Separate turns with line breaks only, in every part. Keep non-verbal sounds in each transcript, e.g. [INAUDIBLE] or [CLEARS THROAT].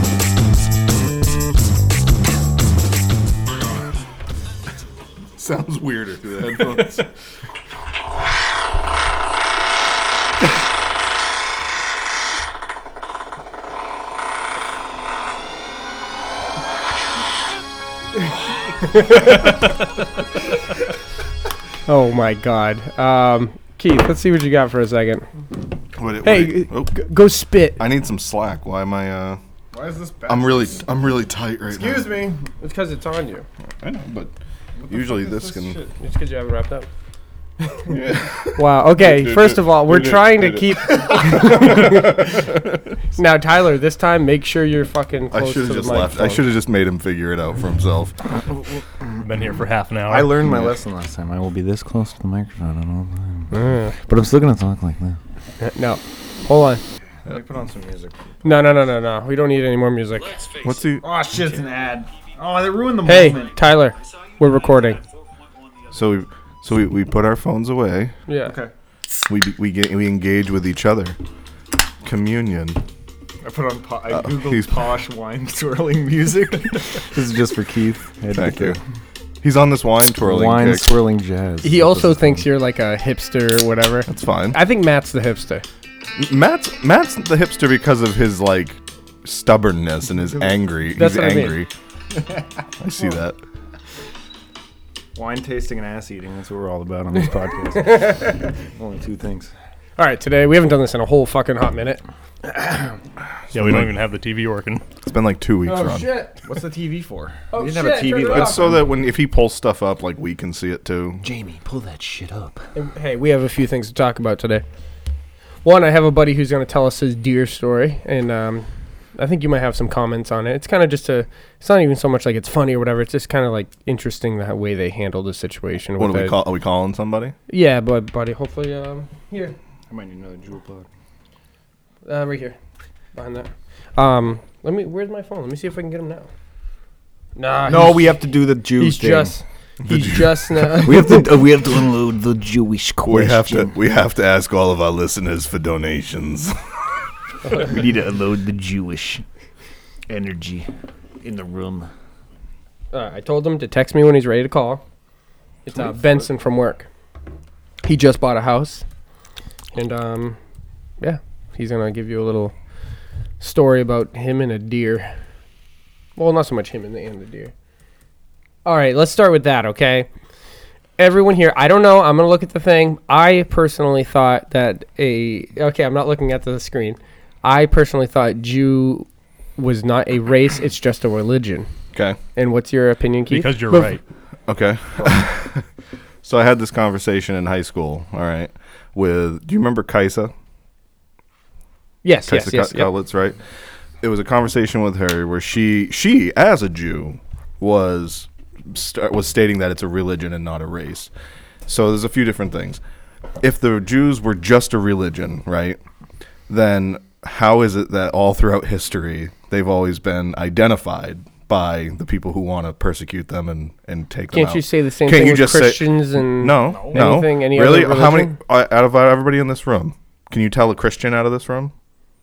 [LAUGHS] sounds weirder through the headphones.
Oh my God, um, Keith, let's see what you got for a second.
Wait, wait.
Hey,
Oh,
g- go spit.
I need some slack. Why am I? Uh,
Why is this bad?
I'm really, I'm really tight right
Excuse
now.
me.
It's because it's on you.
I know, but usually
fuck is
this
this
can.
shit?
It's because you haven't wrapped up.
[LAUGHS] Yeah.
Wow. Okay.
Dude,
First
dude,
of all, we're
dude,
trying to
dude.
keep.
[LAUGHS]
[LAUGHS] now, Tyler, this time make sure you're fucking
I
close to
should
the
have just left. I
microphone.
should have just made him figure it out for himself.
[LAUGHS] Been here for half an hour.
I learned my
Yeah.
lesson last time. I will be this close to the microphone at all times. But I'm still gonna talk like that.
No. Hold on.
Let me put on some music.
No, no, no, no, no. We don't need any more music.
What's he?
Oh shit, it's an ad. Oh, they ruined the
Hey, Tyler, we're recording.
So we, so we, we put our phones away.
Yeah.
Okay.
We be- we get we engage with each other. Communion.
I put on. Po- I googled
he's-
posh wine swirling music. [LAUGHS] this is just for Keith.
Thank you. He's on this wine twirling
Wine
kick.
swirling jazz.
He also thinks you're like a hipster or whatever.
That's fine.
I think Matt's the hipster.
Matt's Matt's the hipster because of his like stubbornness and his angry.
That's
He's
what I mean. [LAUGHS]
angry. I see that.
Wine tasting and ass eating. That's what we're all about on [LAUGHS] this podcast. Only two things.
All right, today we haven't done this in a whole fucking hot minute.
yeah, we don't even have the TV working.
It's been like two weeks. Ron.
Oh, shit.
What's the TV for?
Oh,
didn't have a TV
turn it
It's so that when if he pulls stuff up, like we can see it too.
Jamie, pull that shit up.
off. Hey, we have a few things to talk about today. One, I have a buddy who's going to tell us his deer story, and um, I think you might have some comments on it. It's kind of just a. It's not even so much like it's funny or whatever. It's just kind of like interesting the way they handled the situation.
What
with
do we
it.
call? Are we calling somebody?
Yeah, but buddy, hopefully, um, here,
I might need another jewel plug.
uh, right here, behind that. Um, let me. Where's my phone? Let me see if I can get him now. Nah.
No,
he's-
we have to do the Jew
He's
thing.
just. He's
[LAUGHS]
just now.
We have to. we have to unload the Jewish question.
We have to. We have to ask all of our listeners for donations.
We need to unload the Jewish energy in the room.
Uh, I told him to text me when he's ready to call. It's uh, Benson from work. He just bought a house, and um, yeah, he's gonna give you a little story about him and a deer. Well, not so much him and the and the deer. All right, let's start with that, okay? Everyone here, I don't know. I'm gonna look at the thing. I personally thought that a okay. I'm not looking at the screen. I personally thought Jew was not a race. It's just a religion.
[LAUGHS] Okay.
And what's your opinion, Keith?
Because you're
Bef-
right.
Okay. [LAUGHS] so I had this conversation in high school. All right. With do you remember Kaisa?
Yes,
Kaisa
yes, yes.
Ka-
yep.
Kaulitz, right? It was a conversation with her where she she as a Jew was st- was stating that it's a religion and not a race. So there's a few different things. If the Jews were just a religion, right? Then how is it that all throughout history they've always been identified by the people who want to persecute them and and take them
Can't
out?
you say the same
Can't
thing
you
with
just say-
Christians and
No, no.
anything? Any
really?
other
How many
religion?
uh, out of everybody in this room? Can you tell a Christian out of this room?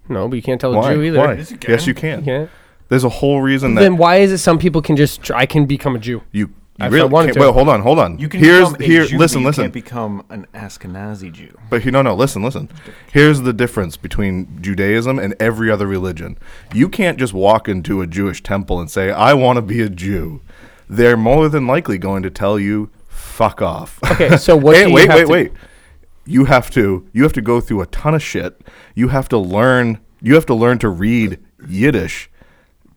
No, but you can't tell
Why?
a Jew either.
Why?
Yes, you
Yes,
can.
you can.
You can't.
There's a whole reason that
Then why is it some people can just? Tr- I can become a Jew.
you, you
I
really
wanted
can't.
to.
Well, hold on, hold on.
You can
Here's
become a
here.
Jew, but
listen,
you
listen.
Can't become an Ashkenazi
[LAUGHS]
Jew.
But you no, no. Listen, listen. Here's the difference between Judaism and every other religion. You can't just walk into a Jewish temple and say, "I want to be a Jew." They're more than likely going to tell you, "Fuck off."
Okay, so
[LAUGHS]
what
Hey,
do you
wait,
have
wait,
to-
wait. You have to you have to go through a ton of shit. You have to learn you have to learn to read Yiddish.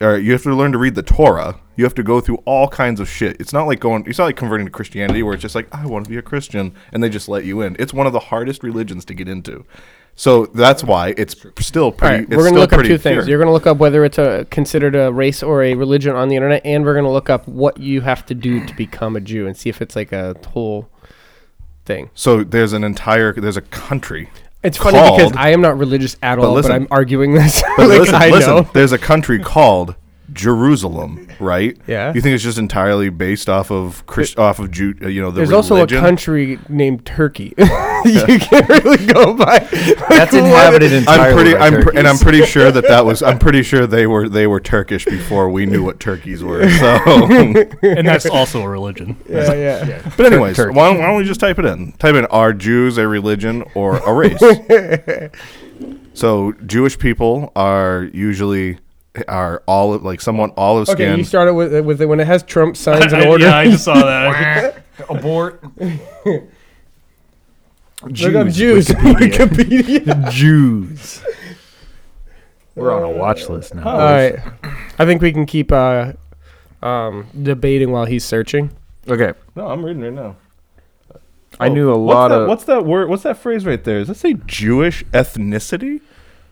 Or you have to learn to read the Torah. You have to go through all kinds of shit. It's not like going it's not like converting to Christianity where it's just like I want to be a Christian and they just let you in. It's one of the hardest religions to get into. So that's why it's still
All
pretty
right,
it's
we're gonna
still
look up
pretty
two things.
pure.
You're gonna look up whether it's a, considered a race or a religion on the internet, and we're gonna look up what you have to do to become a Jew and see if it's like a whole thing.
so there's an entire there's a country.
It's funny because
called-
I am not religious at all,
listen-
but I'm arguing this.
But
[LAUGHS] like,
listen,
I
listen,
know.
there's a country called Jerusalem, right?
Yeah.
You think it's just entirely based off of Christ, off of Jew, uh, you know, the
There's
religion?
also a country named Turkey. [LAUGHS] you can't really go by.
That's inhabited entirely.
I'm pretty,
by
I'm pr- and I'm
turkeys.
pretty sure that that
[LAUGHS]
was. I'm pretty sure they were they were Turkish before we knew what turkeys were.
[LAUGHS]
So,
and that's also a religion.
yeah, [LAUGHS] yeah.
but anyways,
Turkey.
why don't, why don't we just type it in? Type in: Are Jews a religion or a
[LAUGHS]
race? so, Jewish people are usually are olive, like somewhat olive
Okay,
skin.
you started with uh, with it when it has Trump signs in
I-
order.
Yeah, I just saw that.
abort.
[LAUGHS] Look up Jews.
Jews,
[LAUGHS]
Wikipedia.
Jews.
We're on a watch list now.
All right, I think we can keep uh, um, debating while he's searching.
Okay.
no, I'm reading right now.
I
Oh,
knew a
what's
lot
that,
of.
What's that word? What's that phrase right there? Does that say Jewish ethnicity?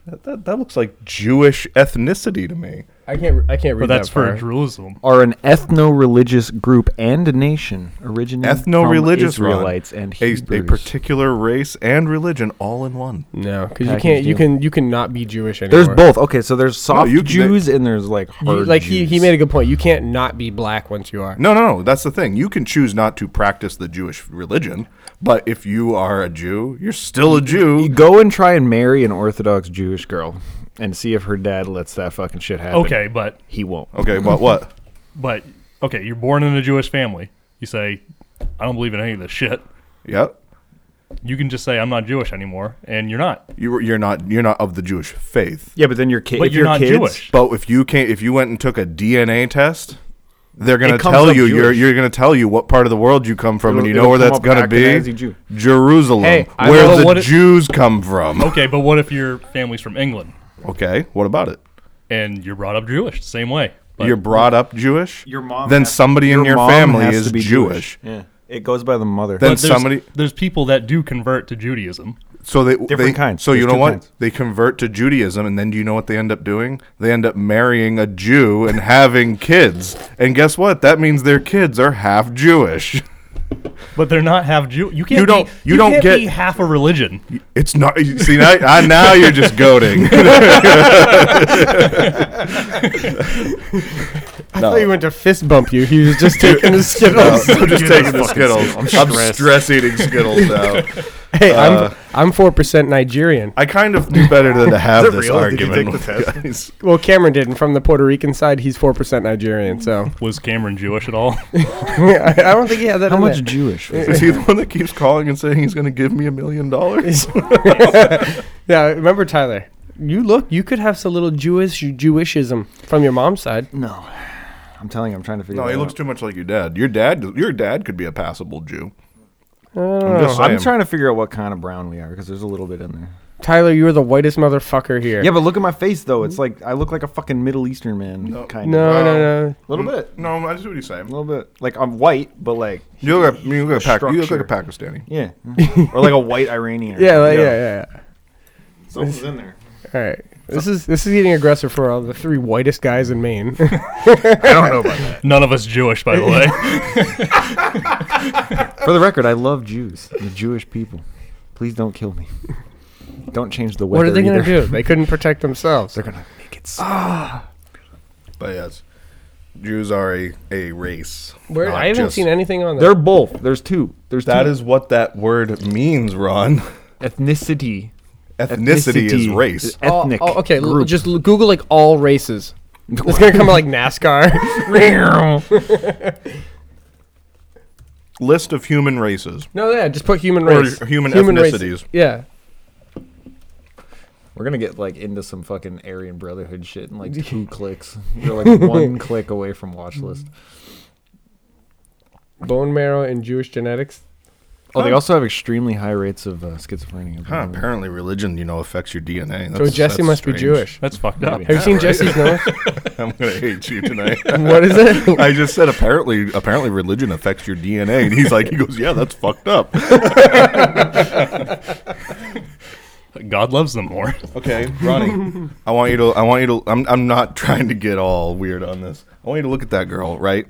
That, that, that looks like Jewish ethnicity to me.
I can't. I can't read
But that's
that
for
far.
Jerusalem.
are an ethno-religious group and nation originating
Ethno-religious,
from
Ron.
Israelites and
A,
Hebrews.
a particular race and religion all in one.
no, because you
Package
can't. You
deal.
can. You cannot be Jewish anymore.
there's both. Okay, so there's soft
you- they-
Jews and there's like
You-
hard
like he, he
Jews.
made a good point. You can't not be black once you are.
No, no, no. That's the thing. You can choose not to practice the Jewish religion, but if you are a Jew, you're still a
[LAUGHS]
Jew.
Go and try and marry an Orthodox Jewish girl and see if her dad lets that fucking shit happen.
Okay, but
He won't.
Okay, but what?
but okay, you're born in a Jewish family. You say, I don't believe in any of this shit.
Yep.
You can just say I'm not Jewish anymore, and you're not.
You were, you're not you're not of the Jewish faith.
Yeah, but then your kid.
But
if
you're
your
not
kids,
Jewish.
But if you can if you went and took a DNA test, they're gonna
It comes
tell
up
you you're
Jewish.
you're gonna tell you what part of the world you come from, and
It'll-
you know where
it'll come
that's
up
gonna be.
Ashkenazi Jew.
Jerusalem,
Hey, I
where
know
the
what it-
Jews come
[LAUGHS]
from.
Okay, but what if your family's from England
Okay, what about it?
and you're brought up Jewish the same way? But
You're brought up Jewish.
Your mom
Then
has-
somebody in your
mom
family
has
is
to be
Jewish.
Yeah, it goes by the mother.
Then
but there's,
somebody.
there's people that do convert to Judaism.
So they they,
Different kinds.
So you
There's
know
two
what?
kinds.
They convert to Judaism, and then do you know what they end up doing? They end up marrying a Jew and having kids. And guess what? That means their kids are half Jewish.
But they're not half Jew. You can't.
You don't-
Be,
you don't
can't
get-
be half a religion.
It's not. you See, now, I, now you're
[LAUGHS]
just goading.
I thought you went to fist bump you. He was just taking the skittles.
I'm just
You're
taking the
fucking
Skittles.
Skittles.
I'm stress eating
[LAUGHS]
Skittles now.
[LAUGHS] Hey,
Uh,
I'm I'm four percent Nigerian.
I kind of knew better than to have
that
this
real? Did you
argument.
take the
with
test?
guys.
Well, Cameron didn't. From the Puerto Rican side, he's four percent Nigerian. So [LAUGHS]
Was Cameron Jewish at all?
I, I don't think he had that.
How
in
much
there.
Jewish? was
Is he the one that keeps calling and saying he's going to give me a million dollars?
yeah, remember Tyler? You look. You could have some little Jewish Jewishism from your mom's side.
No, I'm telling you, I'm trying to figure.
No,
that
he looks
out.
too much like your dad. Your dad, your dad could be a passable Jew. I'm, just
I'm
saying.
trying to figure out what kind of brown we are because there's a little bit in there.
Tyler, you're the whitest motherfucker here.
Yeah, but look at my face though. It's like I look like a fucking Middle Eastern man, kind of.
No,
Wow.
no, no.
A little bit,
No, I see what he's
a
saying.
little bit. Like I'm white, but like
You look like you look like, a Pak- you look like a
Structure.
Pakistani.
[LAUGHS] yeah, or like a white Iranian.
Yeah, like, yeah, yeah, yeah.
something's in there.
All right. This is this is getting aggressive for all the three whitest guys in Maine.
I don't know about that.
[LAUGHS] None of us Jewish, by the way.
For the record, I love Jews, the Jewish people. Please don't kill me. Don't change the weather.
what are they
either.
gonna do? They couldn't protect themselves.
They're gonna make it. s-
But yes, Jews are a, a race.
Where,
not
I haven't
just-
seen anything on
[LAUGHS] They're
that.
both. There's two. There's
That
two.
is what that word means, Ron.
ethnicity.
Ethnicity, is
Ethnicity.
race.
All-
Ethnic.
all- okay, l-
group.
just l- Google like all races. It's gonna come out like
[LAUGHS]
NASCAR. [LAUGHS]
List of human races.
no, yeah, just put human
Or
race,
human
race.
ethnicities.
Yeah,
We're gonna get like into some fucking Aryan Brotherhood shit
[LAUGHS]
in like two clicks. You're like one click away from watch list.
bone marrow and Jewish genetics.
Oh, they also have extremely high rates of uh, schizophrenia.
Um, Huh, apparently, religion, you know, affects your DNA.
so Jesse
that's
must be
strange.
Jewish.
[LAUGHS] That's fucked up.
Maybe.
Have you seen Jesse's nose?
[LAUGHS] I'm gonna hate you tonight. [LAUGHS]
What is it?
I just said apparently, apparently, religion affects your DNA, and he's like, he goes, yeah, that's fucked up.
God loves them more.
Okay,
[LAUGHS]
Ronnie, I want you to, I want you to, I'm, I'm not trying to get all weird on this. I want you to look at that girl, right?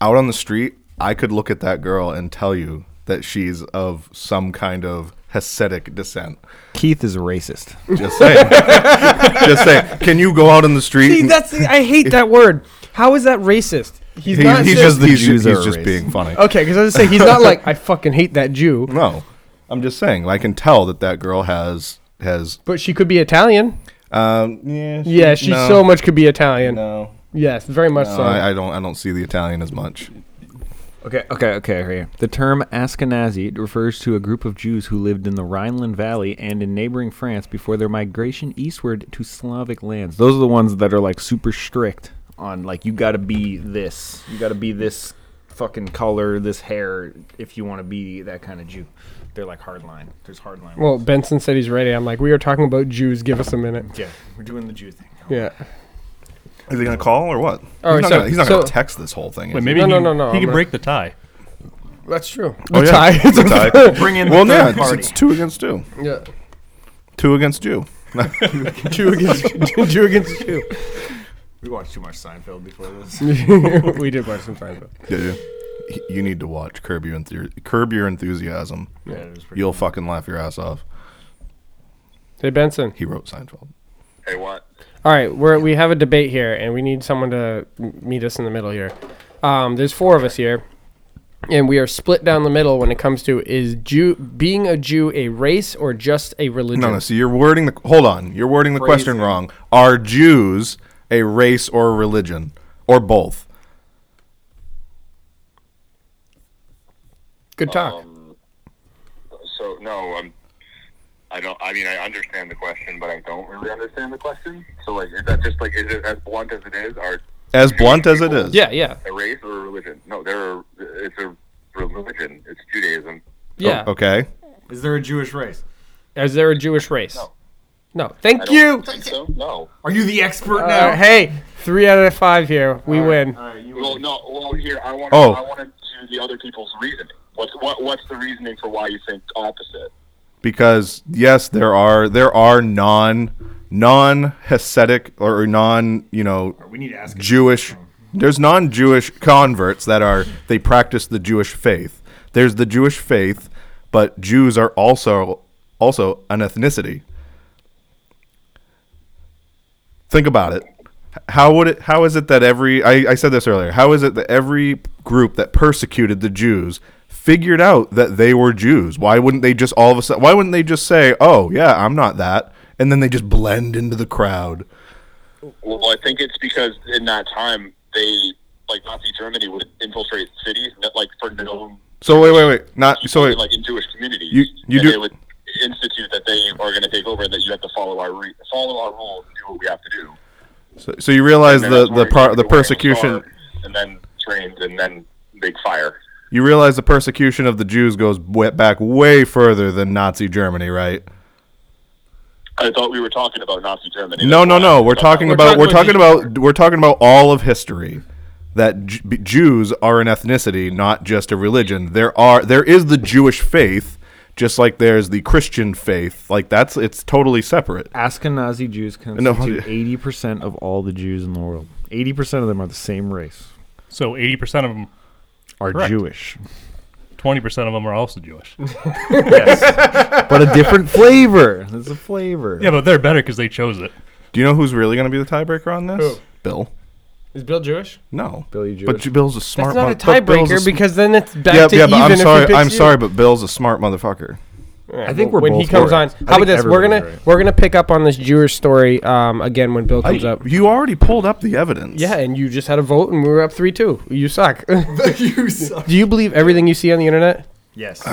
Out on the street, I could look at that girl and tell you that she's of some kind of Hasidic descent.
Keith is a racist.
Just saying. [LAUGHS] just saying. Can you go out on the street?
See,
and-
that's the, I hate that word. How is that racist? He's
he-
not
he's
saying-
just,
the
he's,
Jews
he's
are
just
racist.
being funny.
okay. Because I was gonna say he's not like I fucking hate that Jew.
No. I'm just saying. I can tell that that girl has has.
But she could be Italian.
Um, yeah.
Yeah, she
no,
so much could be Italian.
No,
Yes, very much
no
so.
I, I don't. I don't see the Italian as much.
Okay, okay, okay. Here. The term Ashkenazi refers to a group of Jews who lived in the Rhineland Valley and in neighboring France before their migration eastward to Slavic lands. Those are the ones that are like super strict on like you got to be this, you got to be this fucking color, this hair if you want to be that kind of Jew. They're like hardline. There's hardline.
well, Benson said he's ready. I'm like, we are talking about Jews. Give us a minute.
yeah, we're doing the Jew thing.
Yeah.
Is he gonna call or what?
All
he's
right,
not,
so-
gonna, he's not
so-
gonna text this whole thing.
Wait,
is he?
maybe
No,
he,
no, no, no,
he
I'm
can
gonna-
break the tie.
That's true.
Oh,
The
yeah.
tie.
It's a
[LAUGHS]
tie.
Bring in
well,
the
yeah,
third
it's,
party.
it's two against two. [LAUGHS]
yeah.
Two against you.
Jew
[LAUGHS]
against Jew against Jew.
we watched too much Seinfeld before this.
[LAUGHS] we did watch some Seinfeld.
Dude, you need to watch Curb Your Enthu- Curb Your Enthusiasm.
yeah, it was pretty
You'll fucking laugh your ass off.
Hey Benson.
He wrote Seinfeld.
Hey, what?
All right, we're we have a debate here, and we need someone to m- meet us in the middle here. Um, there's four of us here, and we are split down the middle when it comes to is Jew being a Jew a race or just a religion?
No, no. So you're wording the hold on. You're wording the question
Phrasing.
wrong. Are Jews a race or a religion or both?
Good talk.
So no, I'm. I don't. I mean, I understand the question, but I don't really understand the question. So like, is that just like, is it as blunt as it is? Are
As blunt as it is.
yeah, yeah,
a race or a religion? No, they're. It's a religion. It's Judaism.
yeah.
Okay.
Is there a Jewish race?
Is there a Jewish race? No.
I
Thank
don't
you.
think so. No.
Are you the expert
Uh, hey, three out of five here. We win.
Well, no. Well, here I want.
Oh.
I want to do the other people's reasoning. What's what? What's the reasoning for why you think opposite?
Because yes, there are there are non non Hasidic or non you know
We need to ask.
Jewish. There's non-Jewish converts that are they practice the Jewish faith. There's the Jewish faith, but Jews are also also an ethnicity. Think about it. How would it? How is it that every? I, I said this earlier. How is it that every group that persecuted the Jews figured out that they were Jews? Why wouldn't they just all of a sudden? Why wouldn't they just say, "Oh yeah, I'm not that," and then they just blend into the crowd?
Well, I think it's because in that time they like Nazi Germany would infiltrate cities that, like for no
So wait, wait, wait. Not so. Wait,
like in Jewish communities.
You- you
and
do-
They would institute that they are going to take over and that you have to follow our re- follow our rules and do what we have to do.
So, so you realize
And
the
that's
the
where
pro-
you
the
wear a
persecution
scarf and then trains and then big fire.
you realize the persecution of the Jews goes way, back way further than Nazi Germany, right?
I thought we were talking about Nazi Germany.
No,
That's
no,
why I
no.
was
We're talking
We're
about we're talking
talking
about we're talking about all of history. That J- b- Jews are an ethnicity, not just a religion. There are there is the Jewish faith, just like there's the Christian faith. Like that's it's totally separate.
Ashkenazi Jews
No,
constitute
yeah.
eighty percent of all the Jews in the world. Eighty percent of them are the same race.
So 80% of them,
Are
Correct.
Jewish,
20% of them are also Jewish.
but a different flavor. It's a flavor.
yeah, but they're better because they chose it.
Do you know who's really going to be the tiebreaker on this?
Who?
Bill.
Is Bill Jewish?
No.
Billy Jewish.
But J- Bill's a smart.
That's not a
mo- but Bill's
tiebreaker
sm-
because then it's back
yeah,
to
yeah,
even
but I'm
if
sorry.
he picks
I'm
you.
sorry, but Bill's a smart motherfucker.
I think we're
when he
both
comes on.
right. I
How about this?
think
We're gonna
everybody's right.
we're gonna pick up on this Jewish story um, again when Bill comes
I-
up.
You already pulled up the evidence.
Yeah, and you just had a vote, and we were up three two. You suck. [LAUGHS] you suck. Do you believe everything you see on the internet?
yes,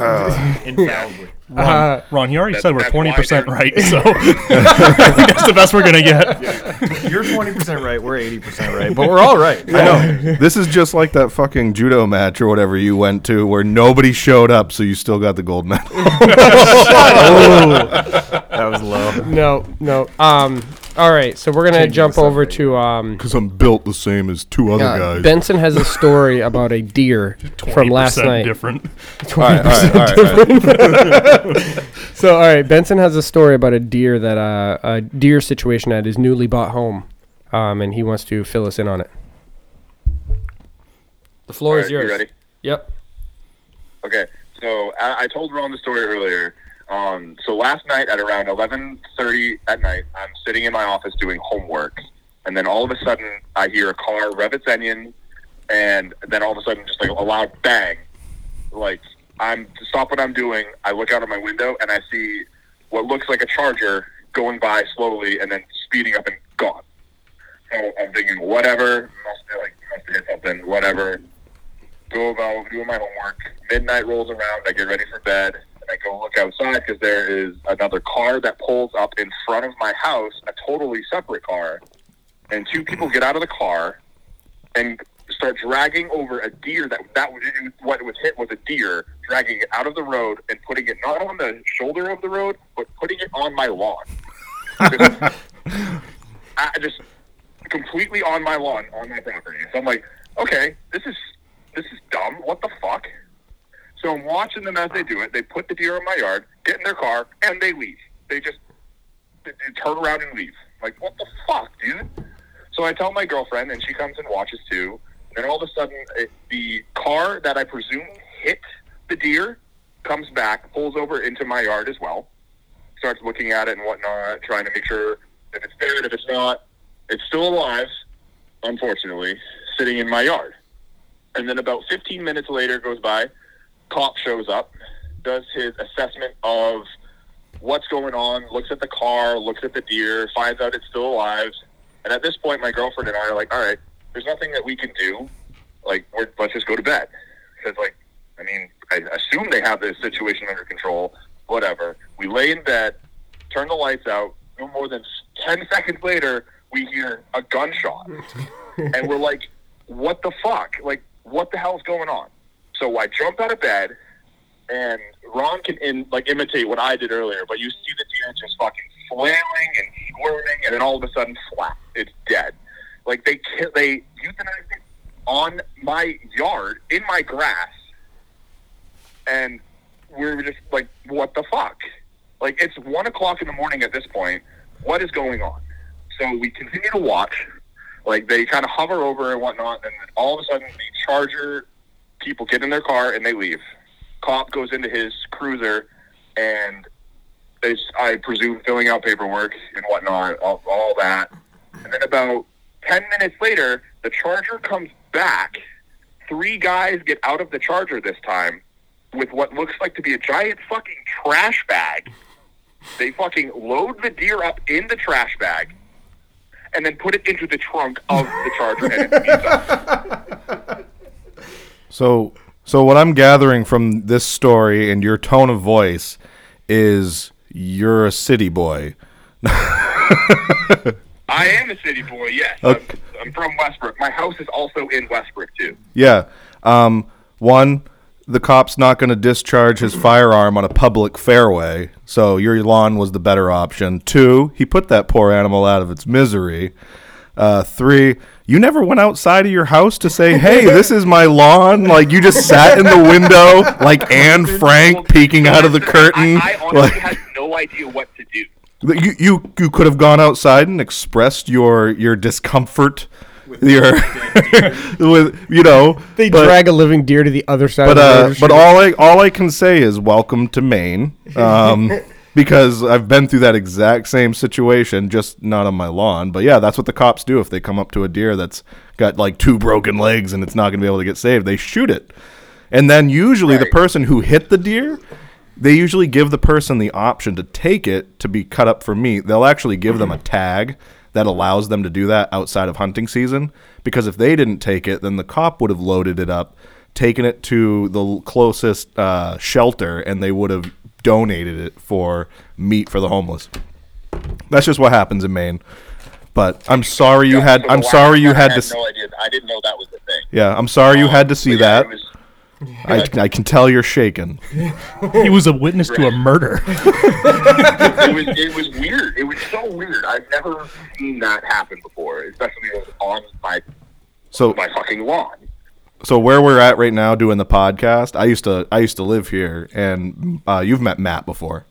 [LAUGHS]
infallibly.
Ron, Ron he already said we're
that's why
20%
[LAUGHS]
they're-
right, so [LAUGHS] I think that's the best we're going to get.
You're twenty percent right. We're eighty percent right, but we're
[LAUGHS]
all right.
I know. this is just like that fucking judo match or whatever you went to where nobody showed up, so you still got the gold medal. [LAUGHS]
That was low.
No, no. Um. All right, so we're gonna
Changing
jump
the
over
subject.
to um.
Because I'm built the same as two other
uh, Benson has a story about a deer [LAUGHS] from last
20%
night.
different.
All right, all right, [LAUGHS] all right, all right.
So, all right, Benson has a story about a deer that uh, a deer situation at his newly bought home, um, and he wants to fill us in on it. The floor
All
is
right,
yours.
You ready?
Yep.
Okay, so I, I told Ron the story earlier. Um, so last night at around eleven thirty at night, I'm sitting in my office doing homework, and then all of a sudden I hear a car rev its engine, and then all of a sudden just like a loud bang, like I'm stop what I'm doing. I look out of my window and I see what looks like a charger going by slowly and then speeding up and gone. So I'm thinking, whatever, must be like must have hit something, whatever. Go about doing my homework. Midnight rolls around. I get ready for bed and I go look outside because there is another car that pulls up in front of my house, a totally separate car, and two people get out of the car and start dragging over a deer that that was it was- what was hit was a deer dragging it out of the road and putting it not on the shoulder of the road but putting it on my lawn. [LAUGHS] I I just completely on my lawn on my property. So I'm like, okay, this is this is dumb. What the fuck? So I'm watching them as they do it. They put the deer in my yard, get in their car, and they leave. They just they, they turn around and leave. Like, what the fuck, dude? So I tell my girlfriend, and she comes and watches too. And then all of a sudden, it, the car that I presume hit the deer comes back, pulls over into my yard as well, starts looking at it and whatnot, trying to make sure if it's dead, if it's not. It's still alive, unfortunately, sitting in my yard. And then about 15 minutes later goes by, cop shows up, does his assessment of what's going on, looks at the car, looks at the deer, finds out it's still alive. And at this point, my girlfriend and I are like, all right, there's nothing that we can do. Like, we're, let's just go to bed. Because, like, I mean, I assume they have this situation under control, whatever. We lay in bed, turn the lights out. No more than 10 seconds later, we hear a gunshot. and we're like, what the fuck? Like, what the hell's going on? So I jump out of bed, and Ron can in, like imitate what I did earlier, but you see the deer just fucking flailing and squirming, and then all of a sudden, flat, it's dead. Like they ki- they euthanized it on my yard in my grass, and we were just like, what the fuck? Like it's one o'clock in the morning at this point. What is going on? So we continue to watch. Like they kind of hover over and whatnot, and then all of a sudden, the charger people get in their car and they leave. Cop goes into his cruiser and is, I presume, filling out paperwork and whatnot, all, all that. And then about 10 minutes later, the charger comes back. Three guys get out of the charger this time with what looks like to be a giant fucking trash bag. They fucking load the deer up in the trash bag and then put it into the trunk of the charger and it speeds up.
So, so what I'm gathering from this story and your tone of voice is you're a city boy.
I am a city boy. Yes,
Okay.
I'm, I'm from Westbrook. My house is also in Westbrook too.
Yeah. Um, one, the cop's not going to discharge his firearm on a public fairway, so your lawn was the better option. Two, he put that poor animal out of its misery. Uh, three, you never went outside of your house to say, "Hey, this is my lawn." Like you just sat in the window, like Anne Frank peeking out of the curtain.
I, I honestly
like-
had no idea what to do.
that You, you you could have gone outside and expressed your your discomfort with your [LAUGHS] with you know
They
but-
drag a living deer to the other side
but
of the
uh,
road.
but all I all I can say is welcome to Maine um, because I've been through that exact same situation just not on my lawn but yeah that's what the cops do if they come up to a deer that's got like two broken legs and it's not going to be able to get saved they shoot it and then usually the
Right.
person who hit the deer they usually give the person the option to take it to be cut up for meat. They'll actually give
Mm-hmm.
them a tag that allows them to do that outside of hunting season because if they didn't take it, then the cop would have loaded it up, taken it to the l- closest uh, shelter, and they would have donated it for meat for the homeless. That's just what happens in Maine. But I'm sorry you had.
So
I'm
the
sorry
last
you
time I
had to. s-
No idea. I didn't know that was the thing.
Yeah, I'm sorry you had to see
Oh, But yeah,
that.
it was-
I, I can tell you're shaken.
He was a witness to a murder. [LAUGHS]
it was it was weird. It was so weird. I've never seen that happen before, especially on my
So
my fucking lawn.
so where we're at right now doing the podcast i used to i used to live here and uh, you've met matt before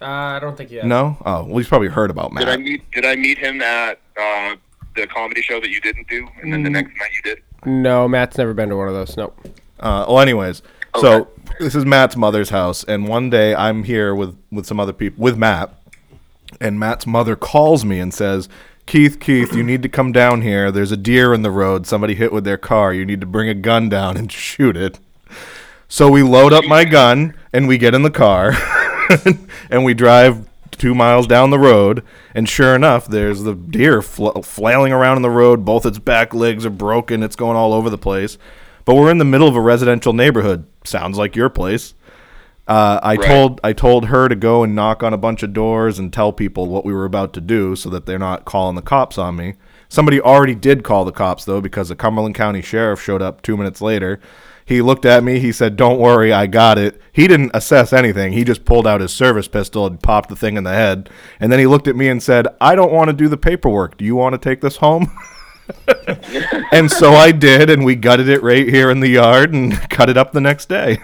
uh, I don't think you.
no oh well you've probably heard about
Did I
matt
meet Did I meet him at uh, the comedy show that you didn't do, and
Mm.
then the next night you did?
No, Matt's never been to one of those. Nope.
uh, well anyways so this is matt's mother's house and one day i'm here with with some other people with matt and matt's mother calls me and says keith keith you need to come down here [LAUGHS] there's a deer in the road somebody hit with their car you need to bring a gun down and shoot it So we load up my gun and we get in the car [LAUGHS] and we drive two miles down the road. And sure enough, there's the deer fl- flailing around in the road. Both its back legs are broken, it's going all over the place. But we're in the middle of a residential neighborhood. Sounds like your place. Uh, I
Right.
told I told her to go and knock on a bunch of doors and tell people what we were about to do so that they're not calling the cops on me. Somebody already did call the cops though because the Cumberland County Sheriff showed up 2 minutes later. He looked at me, he said, "Don't worry, I got it." He didn't assess anything. He just pulled out his service pistol and popped the thing in the head. And then he looked at me and said, "I don't want to do the paperwork. Do you want to take this home?" [LAUGHS] and so I did and we gutted it right here in the yard and [LAUGHS] cut it up the next day.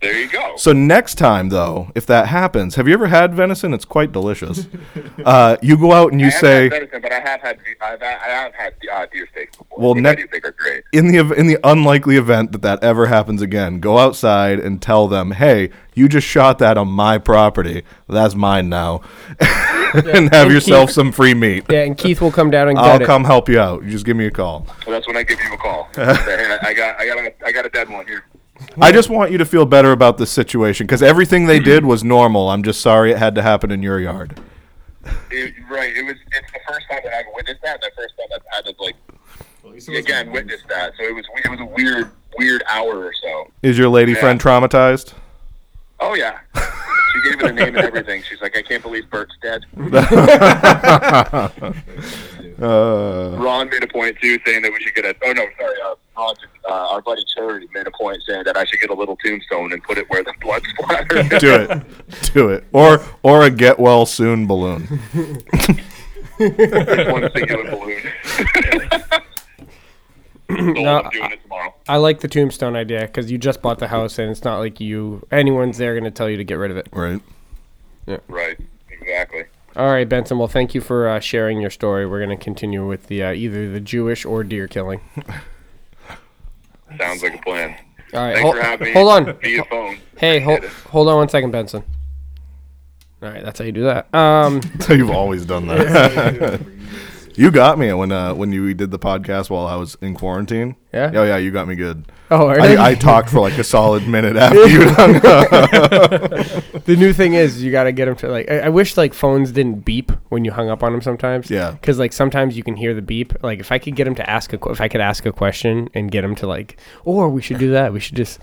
There you go.
So next time, though, if that happens, have you ever had venison? It's quite delicious.
[LAUGHS]
uh, you go out and you
I haven't had
say,
venison, but I have had I've, had- I have had uh, deer steaks before.
Well,
which
next-
I do think are great.
in the ev- in the unlikely event that that ever happens again, go outside and tell them, hey, you just shot that on my property. That's mine now, [LAUGHS] and have
and
yourself
keep-
some free meat.
Yeah, and Keith will come down and
I'll
get it.
come help you out. You just give me a call.
So that's when I give you
[LAUGHS]
a call. Say, hey, I got I got a, I got a dead one here.
I just want you to feel better about this situation because everything they did was normal. I'm just sorry it had to happen in your yard.
It, right. It was. It's the first time that I've witnessed that. and The first time I've had to like again witness that. So it was. It was a weird, weird hour or so.
Is your lady
Yeah.
friend traumatized?
Oh yeah. she gave it a name and everything. She's like, I can't believe Bert's dead. Ron made a point too, saying that we should get a. Oh no, sorry. Uh, Ron, uh, our buddy Charity made a point saying that I should get a little tombstone and put it where the blood splatters.
do it do it or or a get well soon balloon
It's one singular balloon. [LAUGHS] Sold.
No,
I'm doing it tomorrow.
I like the tombstone idea because you just bought the house and it's not like you anyone's there going to tell you to get rid of it.
right [LAUGHS]
Right. Exactly.
All right, Benson. Well, thank you for uh, sharing your story. We're going to continue with the uh, either the Jewish or deer killing.
Sounds like a plan.
All right,
Thanks
hol-
for having me.
hold on.
Via phone.
[LAUGHS] Hey, hold
Appreciate it.
hold on one second, Benson. All right, that's how you do that. Um, [LAUGHS]
so you've always done that you got me when uh when you did the podcast while i was in quarantine
Yeah?
oh yeah you got me good
oh, all right.
I, I talked for like a solid
[LAUGHS]
minute after you hung up.
the new thing is you got to get them to like. I, I wish like phones didn't beep when you hung up on them sometimes.
Yeah.
Because like sometimes you can hear the beep. Like if I could get them to ask a que- if I could ask a question and get them to like, or we should do that. We should just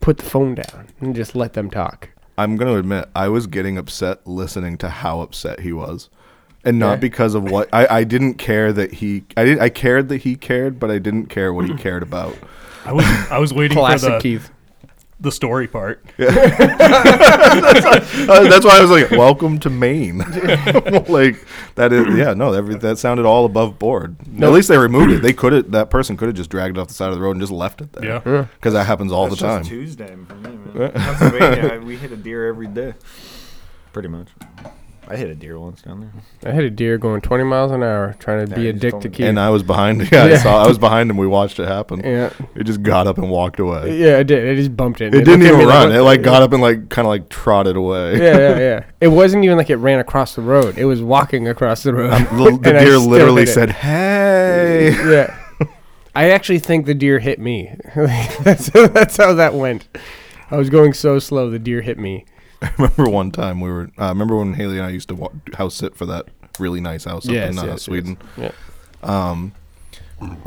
put the phone down and just let them talk.
i'm gonna admit i was getting upset listening to how upset he was and not
Yeah.
because of what I, I didn't care that he I did I cared that he cared, but I didn't care what he cared about.
I was I was waiting for
Classic
the,
Keith.
the story part.
[LAUGHS]
Uh, that's why I was like, "Welcome to Maine." [LAUGHS] like that is, yeah, no, every, that sounded all above board. At least they removed it. They could have that person could have just dragged it off the side of the road and just left it there.
Yeah. Yeah.
because that happens all the time.
Tuesday for me, man. Pennsylvania, I- we hit a deer every day. Pretty much. I hit a deer once down there.
I had a deer going 20 miles an hour trying to be
you
a
just
dick
told
to
me.
Keith.
And I was behind. [LAUGHS] Yeah,
Yeah.
I saw. I was behind him. We watched it happen.
yeah.
It just got up and walked away.
Yeah, I did. It just bumped it.
It, didn't
looked at
even
me
run.
what-
it like got up and like kind of like trotted away.
[LAUGHS]
[LAUGHS]
yeah, yeah, yeah. It wasn't even like it ran across the road. It was walking across the road.
The, the
[LAUGHS] And I
deer
still
literally
hit it.
said, "Hey." [LAUGHS]
"Yeah." I actually think the deer hit me. [LAUGHS] that's, that's how that went. I was going so slow, the deer hit me.
I remember one time we were. I remember when Haley and I used to wa- house sit for that really nice house up
Yes,
in uh,
yes, yes.
Sweden.
Yeah.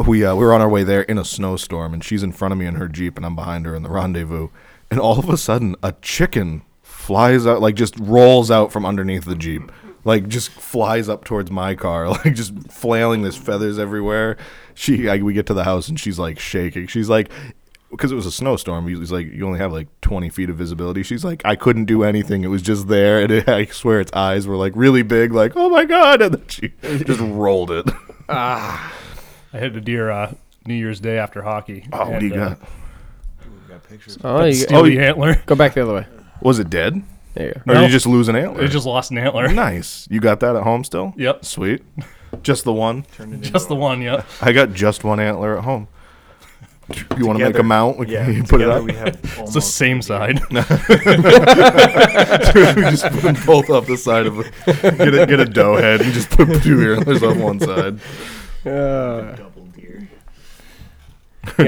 we uh, we were on our way there in a snowstorm, and she's in front of me in her jeep, and I'm behind her in the rendezvous. And all of a sudden, a chicken flies out, like just rolls out from underneath the jeep, like just flies up towards my car, [LAUGHS] like just flailing. There's feathers everywhere. She, I, we get to the house, and she's like shaking. She's like. Because it was a snowstorm, he was like, "You only have like 20 feet of visibility." She's like, "I couldn't do anything; it was just there." And it, I swear, its eyes were like really big, like "Oh my god!" And then she just rolled it.
I hit a deer uh, New Year's Day after hockey. uh,
Oh, [LAUGHS] what do you got?
Oh, you go,
Steely antler.
[LAUGHS] go back the other way.
Was it dead?
There you go.
Or
No.
did you just lose an antler?
I just lost an antler.
nice. You got that at home still?
Yep.
Sweet. Just the one.
[LAUGHS] Just the one. Yeah.
I got just one antler at home. You want to make
Together-
a mount? We
Yeah,
can [LAUGHS] you put it
together
up.
We have
It's
almost
the same side.
we just put them both up the side
[LAUGHS]
of it. Get a, get a dough head and just put two antlers on one side.
Uh,
double deer.
you're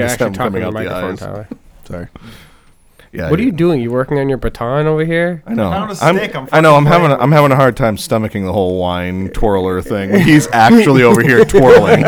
Just have
actually
'em
Uh, talking
coming [LAUGHS]
to the
out the
microphone,
eyes.
Tyler.
Sorry.
Yeah.
What are
yeah.
you doing? You working on your baton over here?
I know.
Pound a
I'm,
stick, I'm
I know. I'm
fucking
having. A,
playing.
I'm having a hard time stomaching the whole
[LAUGHS]
wine twirler thing. He's actually over here twirling.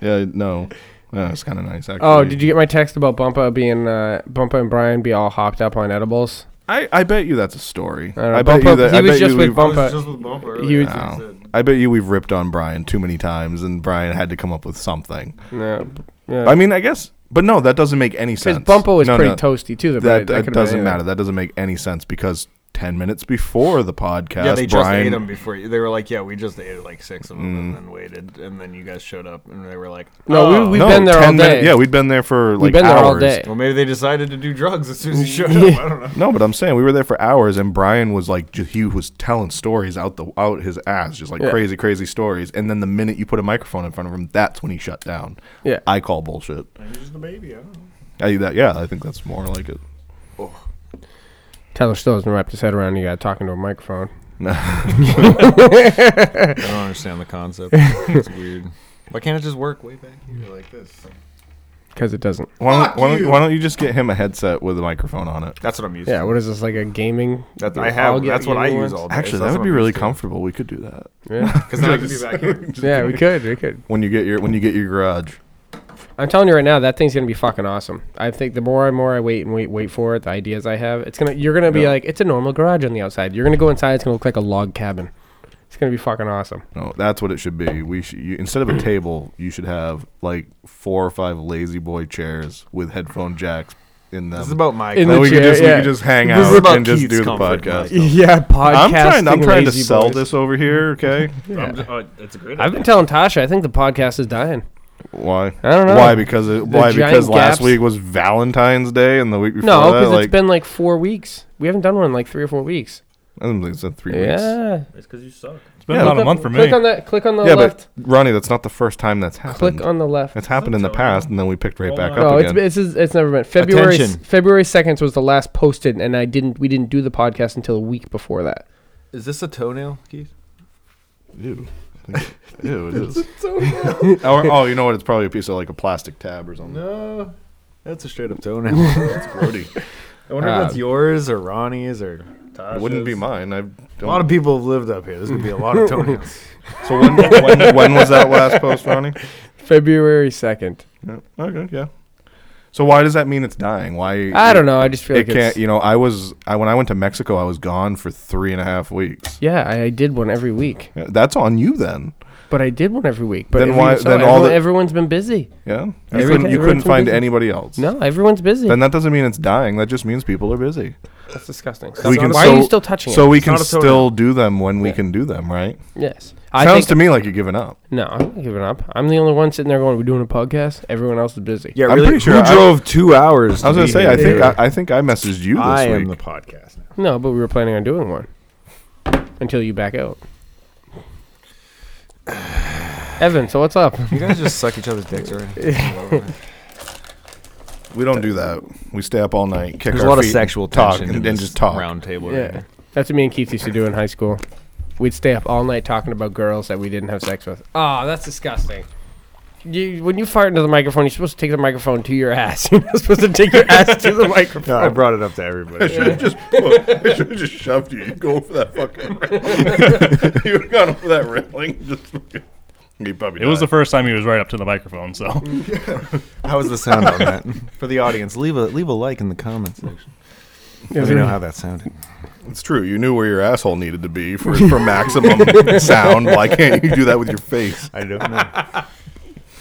yeah. No. No, it's kind of nice. Actually.
Oh, did you get my text about Bumpa being uh, Bumpa and Brian be all hopped up on edibles?
I, I bet you that's a story.
I don't know,
I bet
Bumpo-
you that.
he
I
was
bet
just
you
with
we've-
Bump-
I was just with
You
Bumper. earlier.
would-
I
No.
said-
I bet you we've ripped on Brian too many times, and Brian had to come up with something.
No, yeah.
I mean, I guess, but no, that doesn't make any
because
sense.
Bumpa was
No,
pretty
no.
toasty too. though, but
that,
it- could've
that
been
doesn't
anything.
matter. That doesn't make any sense because ten minutes before the podcast,
Yeah, they just
Brian,
ate them before. You, they were like, "Yeah, we just ate like six of them and then waited, and then you guys showed up, and they were like,
No,
"Oh."
we, we've
no,
been there all
10 minute-
day.
yeah, we'd been there for like
we've been there
hours.
all day.
well, maybe they decided to do drugs as soon [LAUGHS] as you showed up. I don't know.
No, but I'm saying we were there for hours, and Brian was like, ju- he was telling stories out the out his ass, just like
Yeah.
crazy, crazy stories. And then the minute you put a microphone in front of him, that's when he shut down.
Yeah.
I call bullshit.
Maybe just the baby. I don't know.
I that yeah, I think that's more like it.
Tyler still hasn't wrapped his head around you guys talking to a microphone.
I don't understand the [LAUGHS] concept. it's weird. Why can't it just work way back here like this?
Because it doesn't.
Why don't,
Fuck
why, don't,
you.
why don't you just get him a headset with a microphone on it?
That's what I'm used
Yeah,
to.
what is this like a gaming?
That's, I have. That's what I use all day.
Actually, that would be really comfortable. We could do that
Yeah.
Because then I could be back
[LAUGHS]
here.
yeah, we could, we could.
when you get your when you get your garage.
I'm telling you right now, that thing's gonna be fucking awesome. I think the more and more I wait and wait, wait for it, the ideas I have, it's gonna you're gonna be
Yeah.
like, it's a normal garage on the outside. You're gonna go inside, it's gonna look like a log cabin. It's gonna be fucking awesome.
No, that's what it should be. We should you, instead [CLEARS THROAT] of a table, you should have like four or five lazy boy chairs with headphone jacks in them.
This is about my.
In
And then
the
we could
chair,
just we
yeah.
could just hang
This is
out
about
and just
Keith's
do the
comfort,
podcast.
[LAUGHS]
Mike.
Yeah, podcast.
I'm trying. I'm trying to sell this over here.
[LAUGHS]
Okay.
I'm just, oh, it's a great.
I've been telling Tasha, I think the podcast is dying.
Why?
I don't know.
Why? Because it, why?
giant
Because last
gaps.
week was Valentine's Day and the week before
No,
that,
because
like
it's been like four weeks. We haven't done one in like three or four weeks.
I don't think it's been three weeks.
Yeah.
It's because you suck.
It's been
Yeah,
about
but
a month for me.
Click on the click on the
Yeah,
left.
but Ronnie, that's not the first time that's happened.
Click on the left.
It's happened in the past, and then we picked right
Hold
back
on.
up
No, it's,
again.
it's it's never been February. s-
Attention.
February second was the last posted, and I didn't. We didn't do the podcast until a week before that.
Is this a toenail, Keith? [LAUGHS]
Ew. I think- Ew, it is. [LAUGHS] or, oh, you know what? It's probably a piece of like a plastic tab or something.
No, Uh, that's a straight up [LAUGHS] toenail. that's grody. I wonder
Uh,
if that's yours or Ronnie's or.
It wouldn't be mine. I
A lot of people have lived up here. There's gonna be a lot
[LAUGHS]
of toenails.
So when, when, [LAUGHS] when was that last post, Ronnie?
February second.
Yeah. Okay, yeah. So why does that mean it's dying? Why?
I don't know. I just feel
It
like
can't.
it's,
You know, I was I when I went to Mexico, I was gone for three and a half weeks.
yeah, I, I did one every week,
Yeah, That's on you then.
but I did one every week. But
Then
every-
why-
so
then all
everyone,
the-
everyone's been busy.
Yeah, you couldn't,
Every-
you couldn't
everyone's been
find
busy.
anybody else.
No, everyone's busy.
Then that doesn't mean it's dying. That just means people are busy.
That's disgusting.
we can
Why
so,
are you still touching
So
it?
we
It's
can
not a toenail.
still do them when we can do them, right?
Yes, I
Sounds
think
to me like you're giving up.
no. I'm not giving up. I'm the only one sitting there going, "We're doing a podcast." Everyone else is busy.
Yeah,
I'm
really.
pretty sure
Who
I-
drove two hours?
I was
to
gonna
be
say,
here
I think
today?
I, I think I messaged you this
I
week.
am the podcast now.
No, but we were planning on doing one until you back out. [SIGHS] Evan, so what's up?
You guys just suck each other's dicks already.
we don't do that. We stay up all night, kick
There's
our
a lot of
feet,
sexual
talk,
tension
and,
in
and
this
just talk. [LAUGHS]
round table. right
Yeah.
here.
That's what me and Keith used to do in high school. We'd stay up all night talking about girls that we didn't have sex with. Oh, that's disgusting. You, when you fart into the microphone, you're supposed to take the microphone to your ass. [LAUGHS] You're not supposed to take your ass to
[LAUGHS]
the microphone.
No, I brought it up to everybody.
just, [LAUGHS] I should have just shoved you. Go over that fucking. [LAUGHS] you would have gone over that railing. Just fucking. You probably.
It was the first time he was right up to the microphone, so [LAUGHS]
How was the sound on that? [LAUGHS] For the audience, leave a leave a like in the comments section. Let me know how that sounded.
It's true. You knew where your asshole needed to be for,
[LAUGHS]
for maximum sound. Why can't you do that with your face?
I don't know.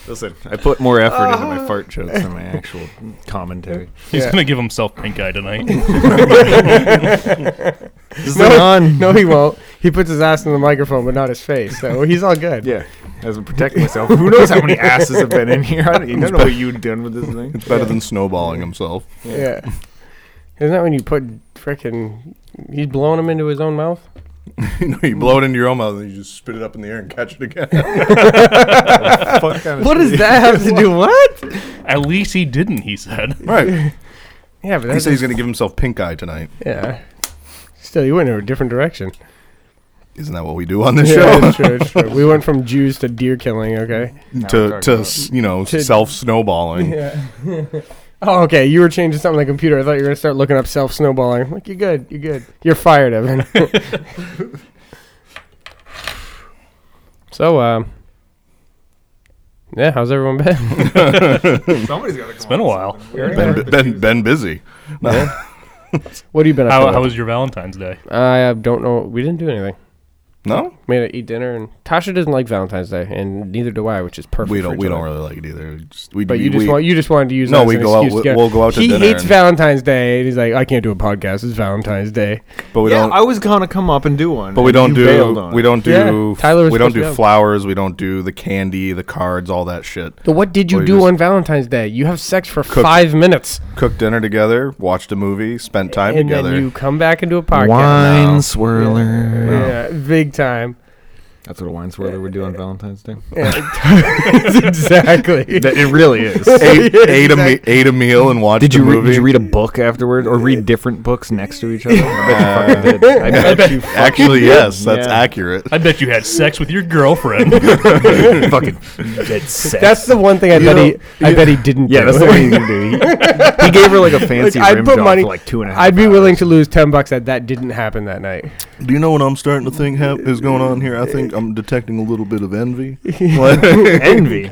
Listen, I put more effort into my
Uh-huh.
fart jokes than my actual commentary.
he's gonna give himself pink
[LAUGHS]
eye tonight.
This is
No,
an on.
no, he won't. He puts his ass in the microphone, but not his face. So he's all good.
Yeah, as I'm protecting myself. Who knows how many asses have been in here? I don't, you don't know what you've done with this thing.
It's better than snowballing himself. [LAUGHS]
Yeah. Isn't that when you put frickin' he's blowing him into his own mouth?
you know, you blow it into your own mouth and you just spit it up in the air and catch it
[LAUGHS]
again.
Fuck kind of
What does that have to
[LAUGHS]
do? What?
At least he didn't. He said.
right.
Yeah, but
He
that's
said he's going to give himself pink eye tonight.
yeah. Still, you went in a different direction.
Isn't that what we do on
[LAUGHS]
this
Yeah,
show?
it's true, it's true. We went from Jews to deer killing. Okay.
to to s- you know
To-
self snowballing.
Yeah. oh, okay. You were changing something on the computer. I thought you were gonna start looking up self snowballing. I'm Like you're good. You're good. You're fired, Evan. [LAUGHS] so, um, yeah. How's everyone been?
Somebody's got to It's
been a while.
Been, been been busy.
[LAUGHS] What have you been up
How,
to?
how was your Valentine's Day?
I don't know. We didn't do anything.
No,
Made her eat dinner, and Tasha doesn't like Valentine's Day, and neither do I, which is perfect.
we
for
don't
each
we don't
other.
really like it either. Just- we,
But
we,
you just
we-
want you just wanted to use
No,
that as
we
an
go out-
excuse to
we-
get-
we'll go out to
he
dinner
hates
and-
Valentine's Day, and he's like, I can't do a podcast. It's Valentine's Day.
but we
yeah,
don't.
I was gonna come up and do one,
but we
and
don't
you bailed
do
on
we
it.
don't do
Yeah, Tyler was
we don't
supposed to
do
go.
flowers. We don't do the candy, the cards, all that shit.
So what did you
Well, you
do
just-
on Valentine's Day? You have sex for
Cooked.
five minutes,
Cooked dinner together, watched a movie, spent time
and
together.
then you come back and do a podcast.
Wine No.
swirler.
Yeah, big time.
That's what a wine swirler would do on Valentine's Day.
exactly.
It
[LAUGHS]
really
[LAUGHS]
is.
ate, ate, a me- ate a meal and watched
Did you,
a
re-
movie.
did you read a book afterward, or read different books next to each other?
[LAUGHS]
I bet you fucking did. I bet you
Actually, yes, that's
Yeah.
accurate.
I bet you had sex with your girlfriend.
[LAUGHS]
fucking did sex.
[LAUGHS] That's the one thing I bet he. I bet he didn't.
yeah,
do.
that's the [LAUGHS] way you can do.
[LAUGHS]
He, he gave her like a fancy
I'd
rim
put
job
money-
for like two and a half.
[LAUGHS] I'd be
hours.
willing to lose ten bucks that that didn't happen that night.
Do you know what I'm starting to think hap- is going on
[LAUGHS]
here? I think I'm detecting a little bit of envy.
[LAUGHS]
[LAUGHS]
envy.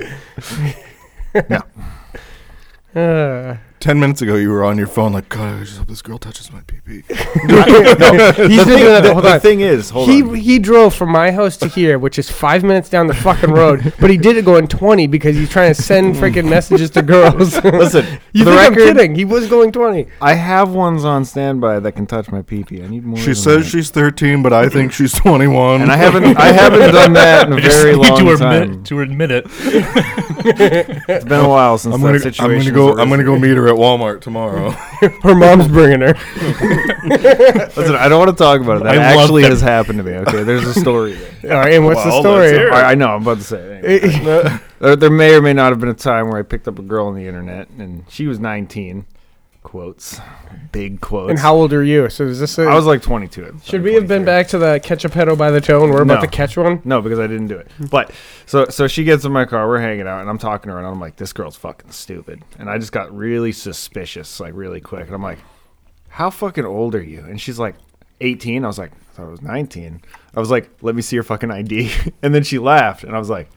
Uh,
Ten minutes ago, you were on your phone like, God, I just hope this girl touches my pee pee.
[LAUGHS]
he's been doing that the whole
The
time.
thing is, hold
he
on.
he drove from my house to here, which is five minutes down the fucking road, but he did it going twenty because he's trying to send freaking messages to girls. [LAUGHS]
Listen,
you
for the
think I'm
record,
kidding? He was going twenty.
I have ones on standby that can touch my peepee. I need more.
She
than
says
that.
she's 13, but I think she's 21.
and I
[LAUGHS]
haven't. I haven't done that in a
I just
very
need
long
to admit,
time.
to admit it.
It's been a while since
I'm
that
gonna, I'm
situation.
gonna go. I'm gonna go meet her at Walmart [LAUGHS] tomorrow.
Her mom's bringing her.
Listen, I don't want to talk about it. That
I love
actually
that.
has happened to me. Okay, there's a story. There.
[LAUGHS]
All right, and what's the
Well, let's
story?
hear
I, I know. I'm about to say. It anyway. [LAUGHS] there, there may or may not have been a time where I picked up a girl on the internet, and she was 19. Quotes, big quotes.
And how old are you? So is this? A,
I was like 22. at the
should
time,
we have been
23.
back to the catch a pedo by the toe and we're about
No.
to catch one?
No, because I didn't do it. But so so she gets in my car, we're hanging out, and I'm talking to her, and I'm like, this girl's fucking stupid. And I just got really suspicious, like really quick. And I'm like, how fucking old are you? And she's like, 18. I was like, I thought it was 19. I was like, let me see your fucking ID. [LAUGHS] And then she laughed, and I was like,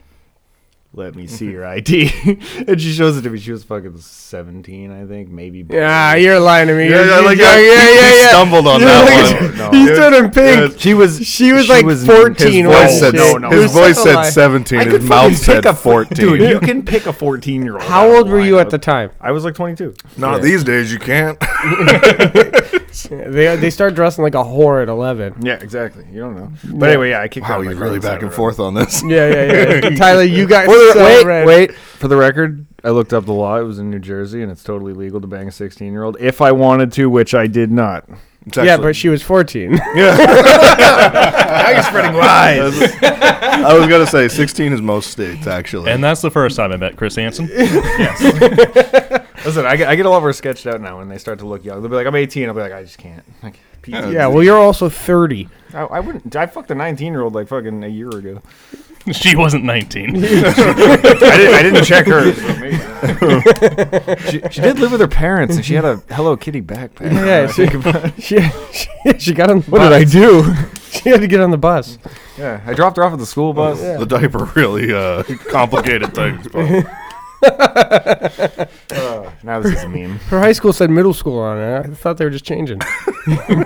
let me see your ID. [LAUGHS] and she shows it to me. She was fucking 17, I think, maybe.
Yeah, Ah, you're lying to me.
Yeah,
You're-
yeah, like,
you're-
yeah,
yeah,
he
yeah, yeah. [LAUGHS]
stumbled on
You're
that
like-
one.
No.
He's
Dude,
doing in pink.
She was.
She was like
was-
14
his
when
voice
she
said-
did-
no, no,
it was
his voice
such a
said
lie.
17.
I
His
could
mouth
fucking
said
pick a
14.
Dude,
[LAUGHS]
you can pick a 14 year old.
How old
Oh
were you at the time?
I was like 22.
Not these days, you [LAUGHS] can't.
They, they start dressing like a whore at 11.
Yeah, exactly. You don't know. But anyway, yeah, I kicked
Wow,
out
you're
my
really
car
back and
outside
forth on this.
[LAUGHS] Yeah, yeah,
[LAUGHS]
yeah. Tyler, you got
of the road.
so
wait,
red.
wait. For the record, I looked up the law. It was in New Jersey, and it's totally legal to bang a 16 year old if I wanted to, which I did not.
It's
Yeah,
actually-
but she was 14.
[LAUGHS] I was gonna say 16 is most states actually.
And that's the first time I met Chris Hansen.
Listen, I get, I get all of her sketched out now when they start to look young. They'll be like, I'm 18. I'll be like, I just can't. Like, PT.
[LAUGHS] yeah, well, you're also 30.
I, I wouldn't. I fucked a 19 year old like fucking a year ago.
She wasn't 19.
I, didn't, I didn't check
[LAUGHS]
her. she, she did live with her parents, and she had a Hello Kitty backpack.
Yeah, she, she, [LAUGHS] she, she got on the What did I [LAUGHS] do? she had to get on the bus.
Yeah, I dropped her off at the school bus.
the diaper really uh, complicated things. [LAUGHS] But
Now this is a [LAUGHS] meme.
Her high school said middle school on it. I thought they were
[LAUGHS]
just changing. I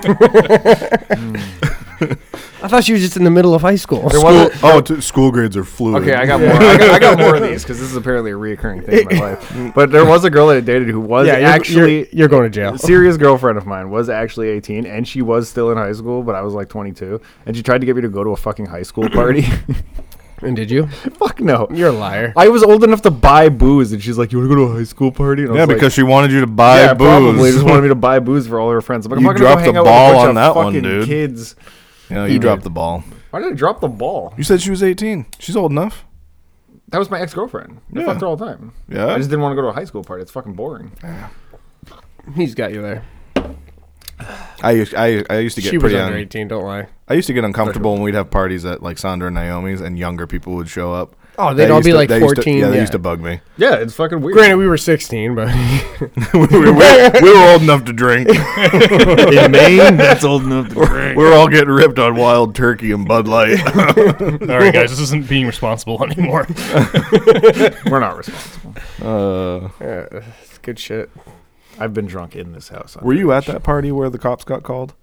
thought she was just in the middle of high school.
There
school,
was
oh, t- school grades are fluid.
Okay, I got more. I got, I got more of these because this is apparently a reoccurring thing in my life. But there was a girl that I dated who was
Yeah, you're, actually, you're,
actually
you're going to jail.
a serious girlfriend of mine was actually 18, and she was still in high school, but I was like 22, and she tried to get me to go to a fucking high school party. [LAUGHS]
And did you?
Fuck no.
You're a liar.
I was old enough to buy booze, and she's like, "You want to go to a high school party?" And I
Yeah,
was like,
because she wanted you to buy
yeah,
booze.
probably just wanted me to buy booze for all her friends. I'm like, I'm
You
not gonna go
dropped the
hang out with a
ball
bunch
on
of
that one,
fucking
dude.
Kids,
[LAUGHS] you know, you dropped the ball.
why did I drop the ball?
You said she was 18. She's old enough.
That was my ex girlfriend. I
Yeah.
fucked her all the time.
Yeah.
I just didn't want to go to a high school party. It's fucking boring.
He's got you there.
I used I, I used to get
She was
pretty
under
un-
18, don't lie.
I used to get uncomfortable when we'd have parties at like Sandra and Naomi's, and younger people would show up.
Oh, they'd
That
all
used
be
to-
like
that used to-
14.
yeah, they
yeah.
used to bug me. [LAUGHS]
Yeah, it's fucking weird.
Granted, we were 16, but [LAUGHS]
we, were, we were old enough to drink.
In
[LAUGHS]
Maine, that's old enough to
we
drink.
were all getting ripped on Wild Turkey and Bud [LAUGHS] Light.
All right, guys, this isn't being responsible [LAUGHS] anymore.
We're not responsible.
uh,
yeah, it's good shit.
I've been drunk in this house.
were you at that party where the cops got called?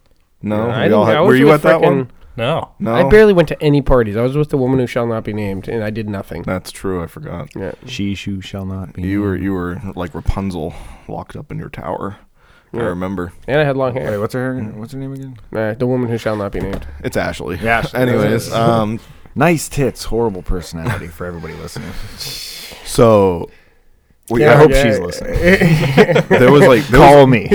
No,
I
We
didn't-
all had-
I was
were you
with
at that one?
frickin-
No.
No,
I barely went to any parties. I was with the woman who shall not be named, and I did nothing.
That's true. I forgot.
Yeah.
She who shall not be.
You were you were like Rapunzel locked up in your tower. I
Yeah.
remember.
And I had long hair.
Wait, what's her? What's her name again?
Uh, the woman who shall not be named.
It's Ashley.
Yeah, Ashley. [LAUGHS]
Anyways, um,
Nice tits, horrible personality for everybody [LAUGHS] listening.
so we,
I
I
hope
hope
she's listening. [LAUGHS]
there was like [LAUGHS] there was-
Call me.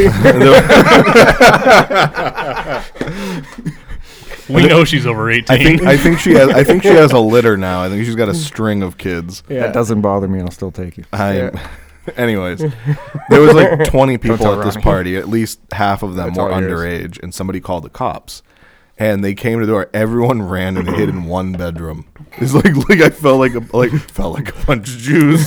We know she's over 18.
[LAUGHS]
I think I think she has I think she has a litter now. I think she's got a
Mm.
string of kids.
That doesn't bother me. I'll still take you.
I [LAUGHS]
[LAUGHS]
anyways, there was like 20 people
tell
at this
Ronnie.
party. At least half of them
That's
were
all yours.
underage, and somebody called the cops. And they came to the door. Everyone ran and hid in one bedroom. It's like [LAUGHS] like I felt like a like felt like a bunch of
[LAUGHS]
Jews.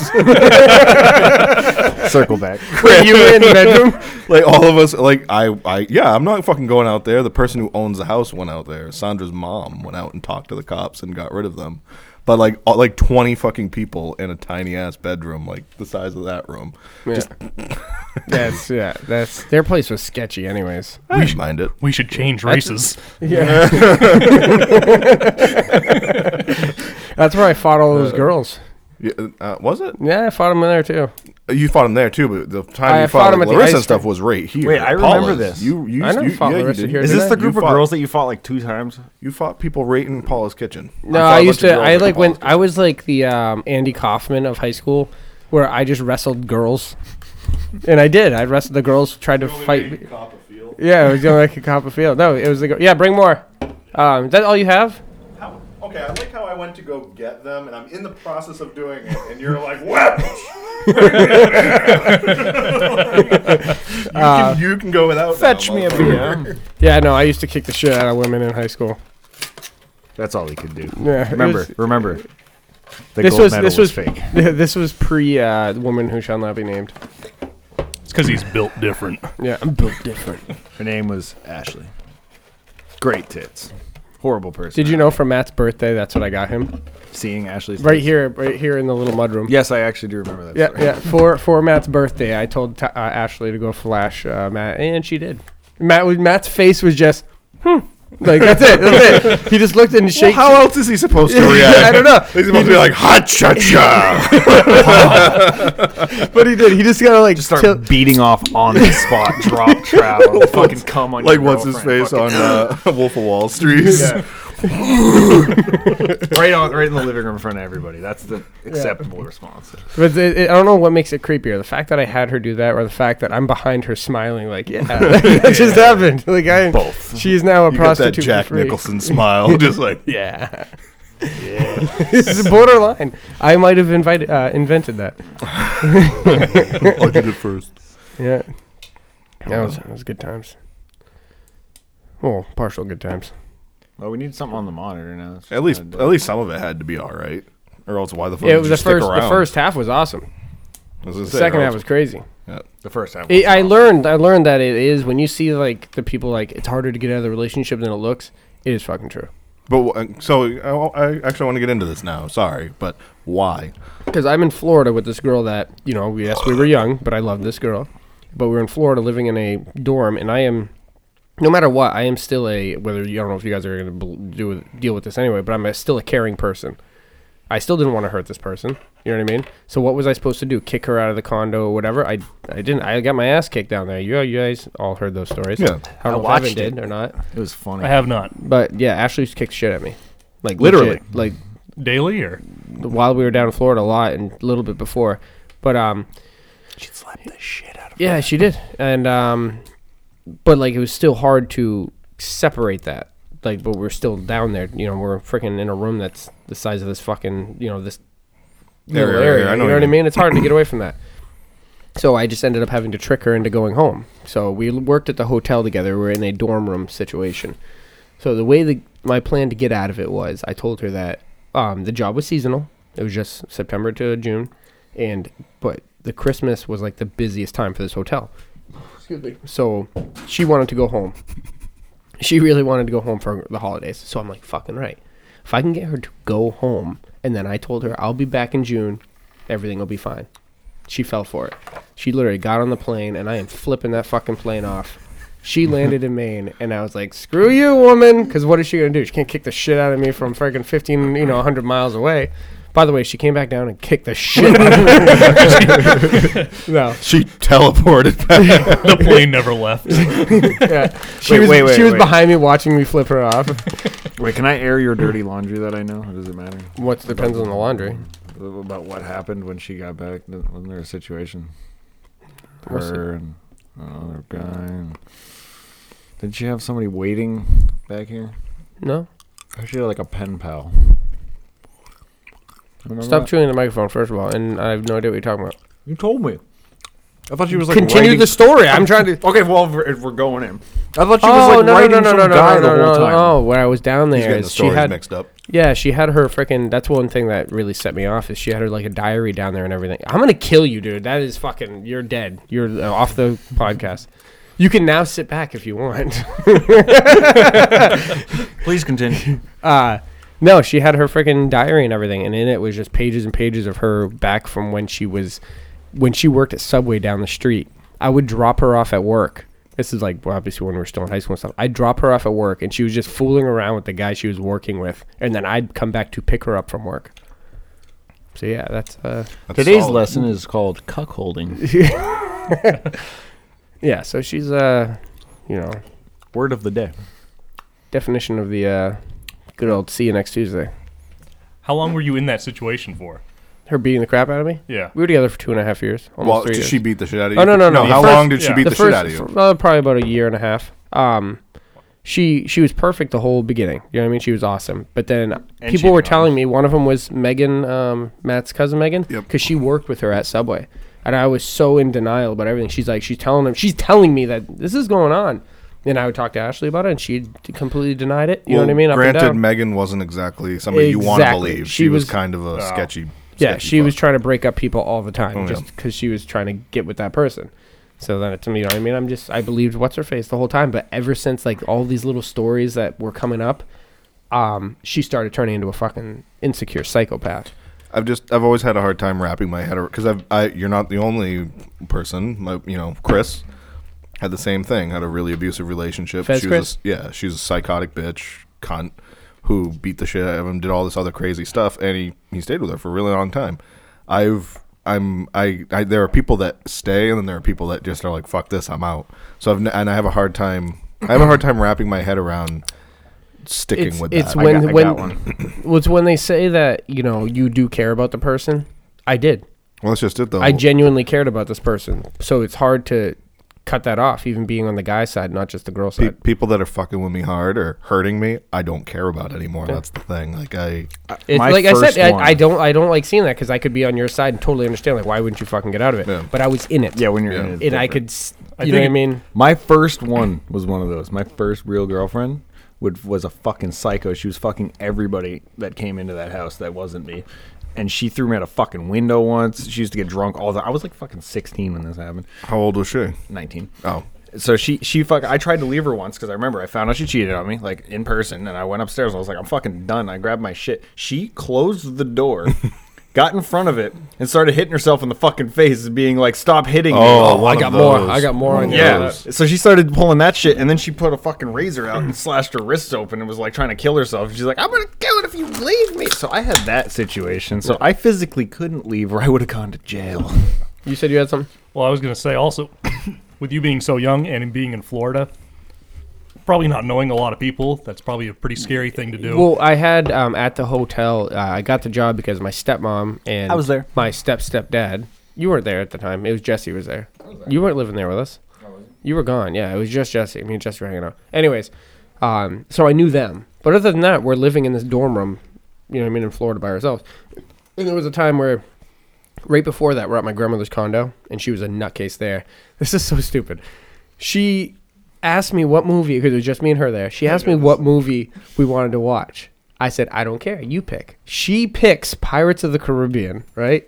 Circle back.
Were you in the bedroom?
[LAUGHS] like all of us like I I yeah I'm not fucking going out there. The person who owns the house went out there. Sandra's mom went out and talked to the cops and got rid of them. But like all, like 20 fucking people in a tiny ass bedroom like the size of that room.
Yeah. [LAUGHS] that's yeah. That's their place was sketchy, anyways.
We should mind it.
we should change races.
Yeah. that's where I fought all
Uh.
those girls.
Yeah, uh, was it?
Yeah, I fought them in there too.
You fought him there too, but the time
I
you fought,
fought him
like,
at the
Larissa
ice
and stuff
cream.
was right here.
Wait, I remember
Paula's.
this.
You, you,
I never
you,
fought
yeah, you
Larissa
did.
here,
Is
did
this
I?
the group
You
of
fought-
girls that you fought like two times?
You fought people right in Paula's kitchen.
No, I used to. I like went. I was like the um, Andy Kaufman of high school, where I just wrestled girls, and I did. I wrestled the girls, tried to fight. me. Yeah, it was the only way I could cop a field. No, it was the girl. Yeah, bring more. Um, is that all you have?
Okay, I like how I went to go get them, and I'm in the process of doing it, and you're like, "What?
[LAUGHS]
[LAUGHS] you,
Uh,
can, you can go without. Fetch me a beer."
Yeah, no, I used to kick the shit out of women in high school.
That's all he could do.
Yeah, it
Remember,
was-
remember. The
this
gold
was
medal
this was, [LAUGHS]
fake.
This was pre uh, the woman who shall not be named.
It's because he's built different.
Yeah, I'm built different.
Her name was Ashley. Great tits. Horrible person.
Did you know for Matt's birthday that's what I got him?
seeing Ashley's
Right
tits?
here, right here in the little mudroom.
Yes, I actually do remember that.
Yeah,
story.
yeah. For for Matt's birthday, I told Ta uh, Ashley to go flash uh, Matt, and she did. Matt, was- Matt's face was just hmm. Like that's it. That's it. He just looked and shake.
How else is he supposed to react?
[LAUGHS] I don't know,
He's supposed to be like, "Ha cha [LAUGHS] cha."
but he did. He just got to like
Just start
tilt-
beating off on the spot, [LAUGHS] drop trowel, fucking cum on
Like,
your
what's his
girlfriend,
face on uh, Wolf of [LAUGHS] Wall Street?
fucking- right on, right in the living room in front of everybody. That's the acceptable response.
But it, it- I don't know what makes it creepier: the fact that I had her do that, or the fact that I'm behind her smiling, like
[LAUGHS]
yeah, [LAUGHS] that just happened. Like I,
Both.
She is now a
You got that
prostitute. for
Jack
free. [LAUGHS]
Nicholson smile, just like
Yeah. Yeah. [LAUGHS] this is borderline. I might have invited, uh, invented that.
I "Oh, did it first.
Yeah. Um, That was, that was good times. Well, partial good times.
Well, we need something on the monitor now. It's
At least,
kinda
at
dumb.
least some of it had to be all right, or else why the fuck
it
did
was
you
the
stick
first.
around?
The first half was awesome.
I was gonna
The
say,
second
or
half
else-
was crazy.
the first time.
It, I learned. I learned that it is when you see like the people like it's harder to get out of the relationship than it looks. It is fucking true.
But wh- so I, I actually want to get into this now. Sorry, but why?
Because I'm in Florida with this girl that, you know, we- yes, we were young, but I love this girl. But we're in Florida living in a dorm, and I am, no matter what, I am still a, whether, I don't know if you guys are going to do with- deal with this anyway, but I'm a, still a caring person. I still didn't want to hurt this person. You know what I mean? So what was I supposed to do? Kick her out of the condo or whatever? I, I didn't. I got my ass kicked down there. You, you guys all heard those stories.
Yeah.
I
I
don't know if Evan
watched
did
it.
or not.
It was funny.
I have not.
But yeah, Ashley kicked shit at me. Like
Literally.
legit, like
Daily or?
while we were down in Florida a lot and a little bit before. But um,
she slapped the shit out of.
Yeah, she did. And um but like it was still hard to separate that. Like but we're still down there, you know, we're freaking in a room that's the size of this fucking, you know, this
Area,
little
area,
area.
I know
you know
what
what
you
I mean? It's hard to get away from that. So I just ended up having to trick her into going home. So we l- worked at the hotel together. We were in a dorm room situation. So the way the, my plan to get out of it was, I told her that um, the job was seasonal. It was just September to June, and but the Christmas was like the busiest time for this hotel. Excuse me. So she wanted to go home. She really wanted to go home for the holidays. So I'm like, fucking right. If I can get her to go home, and then I told her I'll be back in June, everything will be fine. She fell for it. She literally got on the plane, and I am flipping that fucking plane off.
[LAUGHS]
She landed in Maine, and I was like, "Screw you, woman!" Because what is she gonna do? She can't kick the shit out of me from freaking fifteen, you know, hundred miles away. By the way, she came back down and kicked the shit. out of me. [LAUGHS] no,
She teleported back.
the plane never left.
yeah. she
Wait,
was
wait, wait,
she was
wait.
behind me watching me flip her off.
Wait, can I air your dirty laundry that I know? Or does it matter?
What depends on the laundry?
About what happened when she got back? Th- Wasn't there a situation?
Was
Her and another guy. And... Didn't you have somebody waiting back here?
No,
Or she had like a pen pal. Remember
stop
that?
chewing the microphone first of all, and I have no idea what you're talking about.
You told me. I thought she was like
Continue
writing-
the story. I'm trying to.
[LAUGHS] Okay, well, if we're, if we're going in. I thought she
oh
was like
no, no
writing
no no
some
no no
guy
no
the
no
whole
no oh.
time.
no! Where I was down
He's
there,
getting the
is she
stories
had
mixed up.
yeah she had her freaking. That's one thing that really set me off is she had her like a diary down there and everything. I'm gonna kill you, dude. That is fucking. You're dead. You're uh, off the podcast. You can now sit back if you want. [LAUGHS]
Please continue.
Uh no, she had her freaking diary and everything, and in it was just pages and pages of her back from when she was when she worked at Subway down the street. I would drop her off at work. This is like well, obviously when we were still in high school and stuff. I'd drop her off at work, and she was just fooling around with the guy she was working with, and then I'd come back to pick her up from work. So yeah, that's uh,
That's
Today's
solid.
lesson is called cuckolding.
yeah. So she's uh, you know,
Word of the day.
definition of the uh, good old see you next Tuesday.
How long were you in that situation for?
Her beating the crap out of me.
Yeah.
We were together for two and a half years, almost
Well,
three
did
years.
she beat the shit out of you?
Oh, no, no, no. The
How
first-
long did she
yeah.
beat the, shit
first-
out of you?
f- uh, probably about a year and a half. Um, she she was perfect the whole beginning. You know what I mean? She was awesome. But then people were telling me one of them was Megan, um, Matt's cousin Megan, because
Yep.
she worked with her at Subway, and I was so in denial about everything. She's like, she's telling them, she's telling me that this is going on. And I would talk to Ashley about it, and she d- completely denied it. You know what I mean? Up and
Granted,
down.
Megan wasn't exactly somebody you want to
Exactly.
believe.
She
She, was,
was-
kind of a sketchy.
yeah,
sketchy
she was
fuck.
trying to break up people all the time,
Oh, yeah.
just because she was trying to get with that person. So then, it's you know, what I mean, I'm just I believed what's her face the whole time, but ever since like all these little stories that were coming up, um, she started turning into a fucking insecure psychopath.
I've just I've always had a hard time wrapping my head around because I've I you're not the only person. My you know Chris had the same thing. Had a really abusive relationship.
Fez
she was a
Chris?
s yeah, she was a psychotic bitch cunt who beat the shit out of him, did all this other crazy stuff, and he he stayed with her for a really long time. I've I'm I, I there are people that stay and then there are people that just are like fuck this I'm out. So I've n- and I have a hard time I have a hard time wrapping my head around sticking
It's,
with
it's
that.
when
got- I
when [COUGHS]
got
well, it's when they say that you know you do care about the person. I did.
well, that's just it though.
I genuinely cared about this person, so it's hard to cut that off, even being on the guy side, not just the girl
Pe-
side.
people that are fucking with me hard or hurting me, I don't care about anymore. That's the thing. Like I,
It's,
My
like Mm-hmm. I
first
said,
one.
I, I don't, I don't like seeing that because I could be on your side and totally understand. Like, why wouldn't you fucking get out of it?
Yeah.
But I was in it.
Yeah, when you're in
Yeah.
it.
and
it's
I
different.
could, s-
I
you know
think
what I
it-
mean?
My first one was one of those. My first real girlfriend would was a fucking psycho. She was fucking everybody that came into that house that wasn't me. And she threw me out a fucking window once. She used to get drunk all the I was like fucking 16 when this happened.
how old was she?
19.
Oh,
So she she fuck I tried to leave her once cuz I remember I found out she cheated on me like in person and I went upstairs and I was like I'm fucking done. I grabbed my shit. She closed
[LAUGHS]
the door. Got in front of it and started hitting herself in the fucking face, and being like, "Stop hitting me!"
oh,
I got more. I got more on
Yeah.
you.
So she started pulling that shit, and then she put a fucking razor out and slashed her wrists open and was like trying to kill herself. She's like, "I'm gonna kill it if you leave me." So I had that situation. So I physically couldn't leave, or I would have gone to jail.
You said you had something.
Well, I was going to say also, with you being so young and being in Florida, probably not knowing a lot of people, that's probably a pretty scary thing to do.
Well, I had um, at the hotel. Uh, I got the job because my stepmom and I was there. My step stepdad. You weren't there at the time. It was Jesse was there. You weren't living there with us. You were gone. Yeah, it was just Jesse. Me and Jesse were hanging out. Anyways, um, so I knew them. But other than that, we're living in this dorm room. You know what I mean in Florida by ourselves. And there was a time where right before that, we're at my grandmother's condo, and she was a nutcase there. [LAUGHS] This is so stupid. She asked me what movie, because it was just me and her there. She asked me what movie we wanted to watch. I said, I don't care. You pick. She picks Pirates of the Caribbean, right?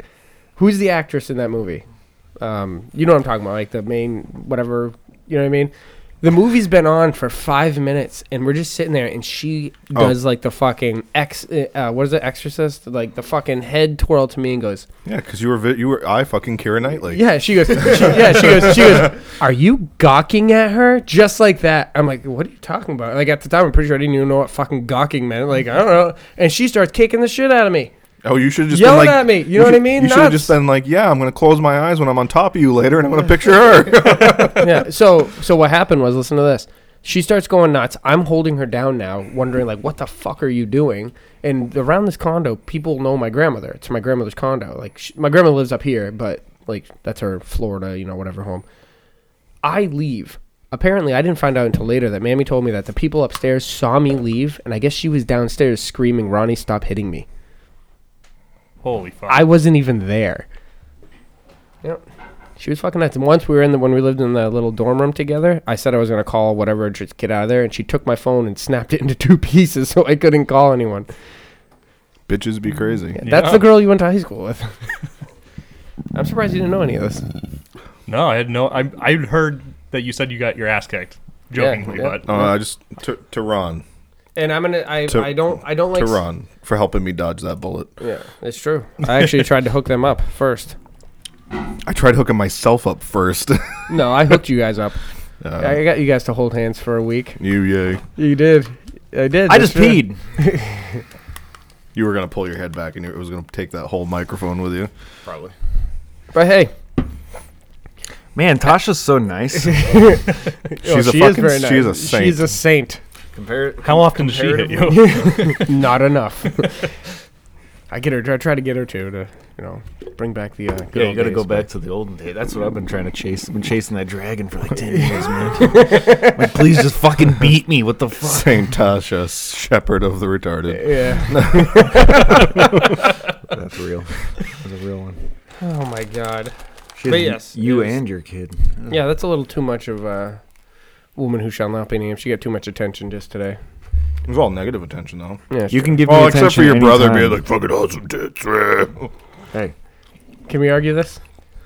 Who's the actress in that movie? Um, you know what I'm talking about, like the main whatever. You know what I mean? The movie's been on for five minutes, and we're just sitting there, and she does like the fucking ex. Uh, what is it, Exorcist? Like the fucking head twirl to me, and goes,
Yeah, because you were vi- you were I fucking Kira Knightley.
yeah, she goes. She, yeah, she goes. She goes. Are you gawking at her just like that? I'm like, what are you talking about? Like at the time, I'm pretty sure I didn't even know what fucking gawking meant. Like I don't know. And she starts kicking the shit out of me.
Oh, you should have just
Yelling
been like,
at me, you know what I
should-
mean?
You should have
Nuts.
just been like, yeah, I'm gonna close my eyes when I'm on top of you later, and I'm gonna picture her.
[LAUGHS] yeah. So so what happened was listen to this. She starts going nuts. I'm holding her down now, wondering like, what the fuck are you doing? And around this condo, people know my grandmother. It's my grandmother's condo. Like sh my grandmother lives up here, but like that's her Florida, you know, whatever home. I leave. Apparently, I didn't find out until later that Mammy told me that the people upstairs saw me leave, and I guess she was downstairs screaming, "Ronnie, stop hitting me!"
Holy fuck!
I wasn't even there. Yep. She was fucking nuts. And once we were in the when we lived in the little dorm room together, I said I was gonna call whatever and just get out of there, and she took my phone and snapped it into two [LAUGHS] pieces so I couldn't call anyone.
Bitches be crazy.
That's
Yeah.
the girl you went to high school with. [LAUGHS] I'm surprised you didn't know any of this.
no, I had no. I I heard that you said you got your ass kicked, jokingly,
yeah.
but
Uh, I just to, to Ron,
And I'm gonna I,
To-
I don't I don't like
to
s-
Ron for helping me dodge that bullet.
Yeah, it's true. I actually tried to hook them up first.
I tried hooking myself up first. [LAUGHS]
No, I hooked you guys up.
uh,
I got you guys to hold hands for a week.
you yay!
You did. I did.
I just peed.
You were gonna pull your head back, and you- it was gonna take that whole microphone
[LAUGHS]
with you.
Probably.
But hey,
Man, Tasha's so [LAUGHS] nice.
She's a
Oh, she is
fucking.
very nice.
She's a saint.
She's a [LAUGHS] saint.
Compare.
how often does she
[LAUGHS]
hit you?
not [LAUGHS] enough. I get her. I try to get her to to you know bring back the uh, good
Yeah, you
old
gotta
days,
go
but-
back to the olden days. That's what I've been trying to chase. I've been chasing that dragon for like ten years, man. like, please just fucking beat me. What the fuck?
Saint Tasha, shepherd of the retarded.
[LAUGHS]
Yeah.
That's real. That's a real one.
oh my god.
Shit,
But
you-
yes,
you
it is.
and your kid.
Yeah, that's a little too much of a woman who shall not be named. She got too much attention just today.
It was all negative attention though.
Yeah.
You can give me
Well, except for
attention
your brother
anytime.
being like fucking awesome tits. [LAUGHS] eh."
Hey,
Can we argue this?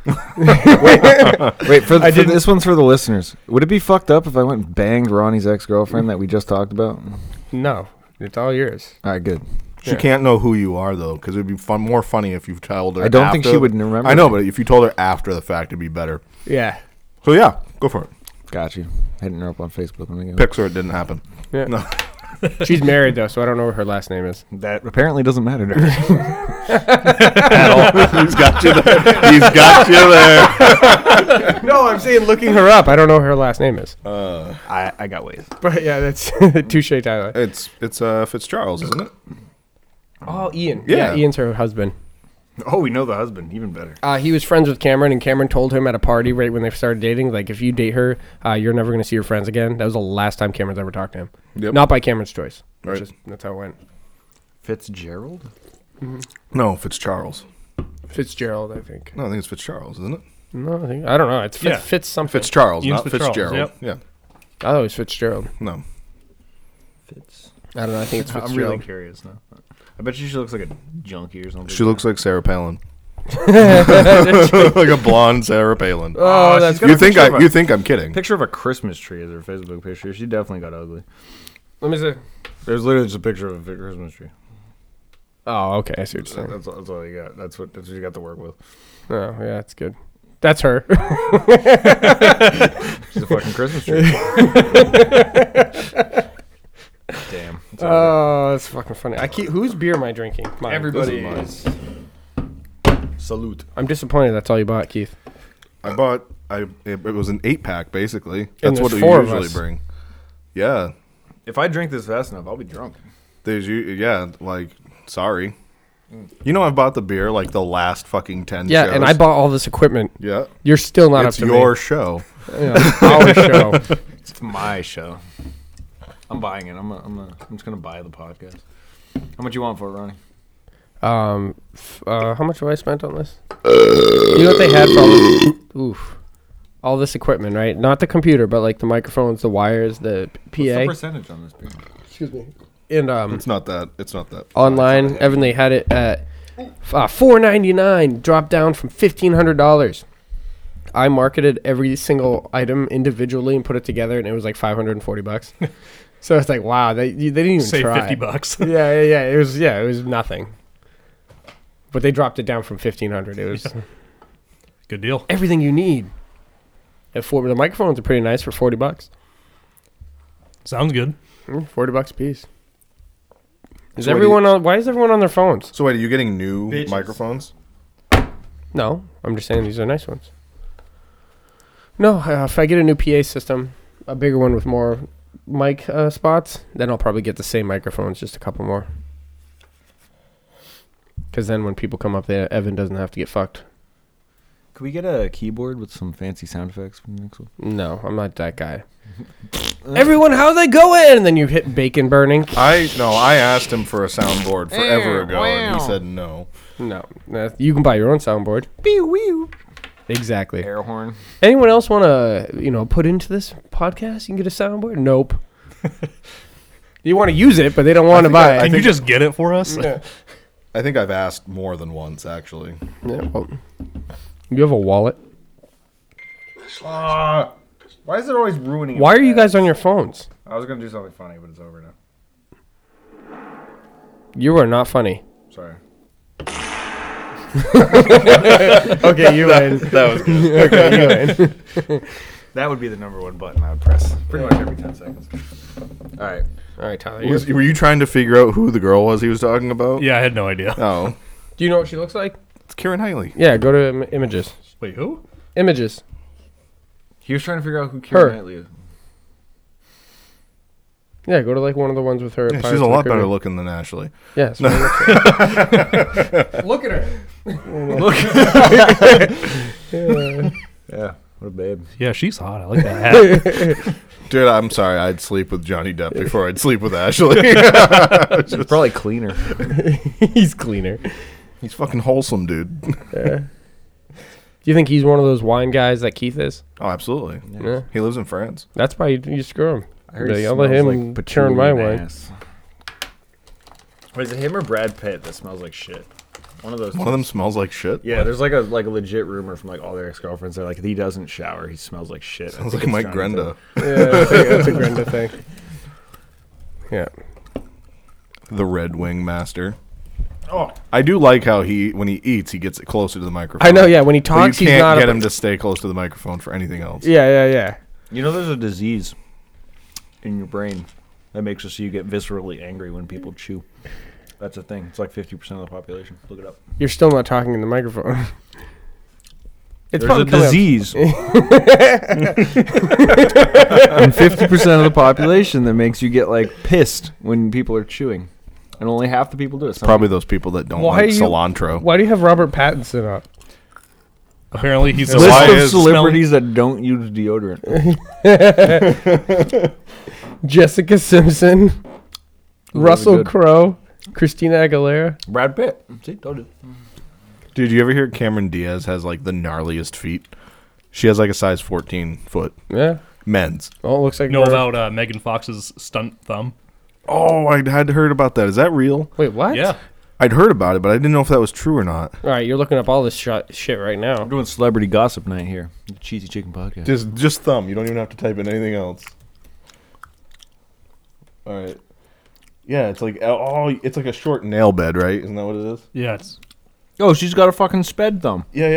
wait for,
I
the, for
didn't-
this one's for the listeners. Would it be fucked up if I went and banged Ronnie's ex girlfriend that we just talked about? All
No. It's all yours.
right, good.
She can't know who you are though, because it'd be fun, more funny if you told her.
I don't think
after-
she would remember.
I know, but if you told her after the fact, it'd be better.
Yeah.
So yeah, go for it.
Got you. Hitting her up on Facebook. Let me go.
Picks or it didn't happen.
Yeah.
[LAUGHS]
No.
She's married though, so I don't know what her last name is.
That apparently doesn't matter to her.
[LAUGHS] He's got you there. He's got you there.
no, Oh, I'm saying looking her up. I don't know what her last name is.
Uh, I, I got ways.
[LAUGHS] But yeah, that's touche, Tyler.
It's it's uh Fitzgerald, isn't it?
Oh, Ian.
Yeah.
yeah Ian's her husband.
[LAUGHS] Oh, we know the husband. Even better.
Uh, he was friends with Cameron, and Cameron told him at a party right when they started dating, like, if you date her, uh, you're never going to see your friends again. That was the last time Cameron's ever talked to him.
Yep.
Not by Cameron's choice.
Right.
Just, that's how it went.
Fitzgerald?
No, Fitzcharles.
Fitzgerald, I think.
No, I think it's Fitzcharles, isn't it?
No, I, think, I don't know. It's Fitz,
Yeah.
Fitz something.
Fitzcharles,
Ian
not
Fitzcharles,
Fitzgerald.
yep.
Yeah.
I thought it was Fitzgerald.
No.
Fitz.
I don't know. I think it's
I'm
Fitzgerald.
really curious now. I bet you she looks like a junkie or something.
She looks like Sarah [LAUGHS]
[LAUGHS]
Palin. like a blonde Sarah Palin.
oh, that's
you think I you think I'm kidding.
Picture of a Christmas tree is her Facebook picture. She definitely got ugly.
Let me see.
There's literally just a picture of a Christmas tree.
Oh, okay. I see what you're saying.
That's all, that's all you got. That's what, that's what you got to work with.
Oh, yeah, that's good. That's her. [LAUGHS]
She's a fucking Christmas [LAUGHS] tree. Damn. It's all
oh, that's fucking funny. I keep. Whose beer am I drinking? Mine.
Everybody is. Salute.
I'm disappointed. That's all you bought, Keith.
I bought I it, it was an eight pack basically.
And
That's what
there's
we
four of
usually
us.
bring. Yeah.
If I drink this fast enough, I'll be drunk.
There's you yeah, like sorry. You know I've bought the beer like the last fucking ten
Yeah,
shows.
and I bought all this equipment.
Yeah.
You're still not
it's
up to
your
me.
show.
Yeah, our show.
It's my show. I'm buying it. I'm, a, I'm, a, I'm just going to buy the podcast. How much you want for it, Ronnie?
Um, f- uh, how much have I spent on this? you know what they had for all this, oof, all this equipment, right? Not the computer, but like the microphones, the wires, the p- PA.
percentage on this beer?
Excuse me. And um,
It's not that. It's not that.
online, Evan, they had it at uh, four ninety nine, dropped down from fifteen hundred dollars. I marketed every single item individually and put it together, and it was like five hundred and forty bucks. [LAUGHS] so it's like, wow, they they didn't even
Save
try.
fifty bucks.
yeah, yeah, yeah. It was yeah, it was nothing. But they dropped it down from fifteen hundred. It was
Good deal.
everything you need. At four, the microphones are pretty nice for forty bucks.
Sounds good.
Mm, Forty bucks a piece. Is
So what do you-
everyone on? Why is everyone on their phones?
So wait, are you getting new
Bitches.
microphones?
No, I'm just saying these are nice ones. No, uh, if I get a new PA system, a bigger one with more mic uh, spots, then I'll probably get the same microphones, just a couple more. Because then when people come up there, Evan doesn't have to get fucked.
Could we get a keyboard with some fancy sound effects from the next one?
No, I'm not that [LAUGHS] guy. Everyone, how they going? And then you hit bacon burning.
I no. I asked him for a soundboard
Eh,
forever ago, and he said no.
No, no, you can buy your own soundboard.
Pew wee.
Exactly.
Air horn.
Anyone else want to, you know, put into this podcast? You can get a soundboard. [LAUGHS] Nope. you want to use it, but they don't want to buy
Can
it.
you just get it for us?
I think I've asked more than once, actually.
Yeah, well, you have a wallet.
Why is it always ruining? it
Why
like
are you
that?
guys on your phones?
I was gonna do something funny, but it's over now.
You are not funny.
Sorry.
Okay, you win. that was good. okay, you win.
That would be the number one button I would press pretty much every 10 seconds.
All right.
All right, Tyler.
[LAUGHS] Was- were you trying to figure out who the girl was he was talking about?
[LAUGHS] yeah, I had no idea.
Oh,
do you know what she looks like?
it's Kieran Haley.
Yeah, go to Im- images.
Wait, who?
Images.
He was trying to figure out who Kieran
Her.
Knightley is.
Yeah, go to like one of the ones with her. at
Yeah, she's
Pirates
a
of the
lot better
Caribbean.
looking than Ashley.
Yeah. that's what it looks like. Look at her.
[LAUGHS] Yeah. What a babe.
Yeah, she's hot. I like that
[LAUGHS]
hat.
Dude, I'm sorry. I'd sleep with Johnny Depp before I'd sleep with Ashley.
She's probably cleaner.
[LAUGHS] he's cleaner. Do
[LAUGHS] He's fucking wholesome, dude.
you think he's one of those wine guys that Keith is?
Oh, absolutely.
Yeah.
He lives in France.
That's why you, you screw him.
I heard
Yeah,
he
I'll let
smells
him
like
churn
patchouli
my
and
wine.
ass. Wait, is it him or Brad Pitt that smells like shit? One of those.
One of them smells like shit.
Yeah, there's like a like a legit rumor from like all their ex girlfriends. They're like, he doesn't shower. He smells like shit. I
Sounds
think
like Mike
it's Johnny
Grenda.
Depp.
Yeah, that's a, that's a Grenda thing. Yeah.
the Red Wing Master. Oh, I do like how he when he eats, he gets closer to the microphone.
I know. Yeah, when he
But
talks,
you
he's
can't
not.
get
a-
him to stay close to the microphone for anything else.
yeah, yeah, yeah.
You know, there's a disease in your brain that makes it so you get viscerally angry when people chew. That's a thing. It's like 50% of the population. Look it up.
You're still not talking in the microphone. [LAUGHS] It's
There's a
probably coming up-
[LAUGHS]
disease in 50% of the population that makes you get like pissed when people are chewing. And only half the people do it. Some
Probably those people that don't
Why
like
are you-
cilantro.
Why do you have Robert Pattinson up?
Apparently, he's a
Listen-
lot-
Why
list of
is
celebrities that don't use
[LAUGHS]
deodorant.
Jessica Simpson, [LAUGHS] Russell
good.
Crowe, Christina Aguilera.
Brad Pitt. See, told you.
Dude, you ever hear Cameron Diaz has like the gnarliest feet? She has like a size 14 foot
Yeah.
men's.
Oh, it looks like.
know
we're-
about uh, Megan Fox's stunt thumb.
Oh, I had heard about that. Is that real?
Wait, what?
Yeah,
I'd heard about it, but I didn't know if that was true or not.
All right, you're looking up all this sh- shit right now.
We're doing celebrity gossip night here. The Cheesy Chicken Podcast.
Just just thumb. You don't even have to type in anything else. All right. Yeah, it's like oh, it's like a short nail bed, right? Isn't that what it is?
yeah. It's
Oh, she's got a fucking sped thumb.
Yeah,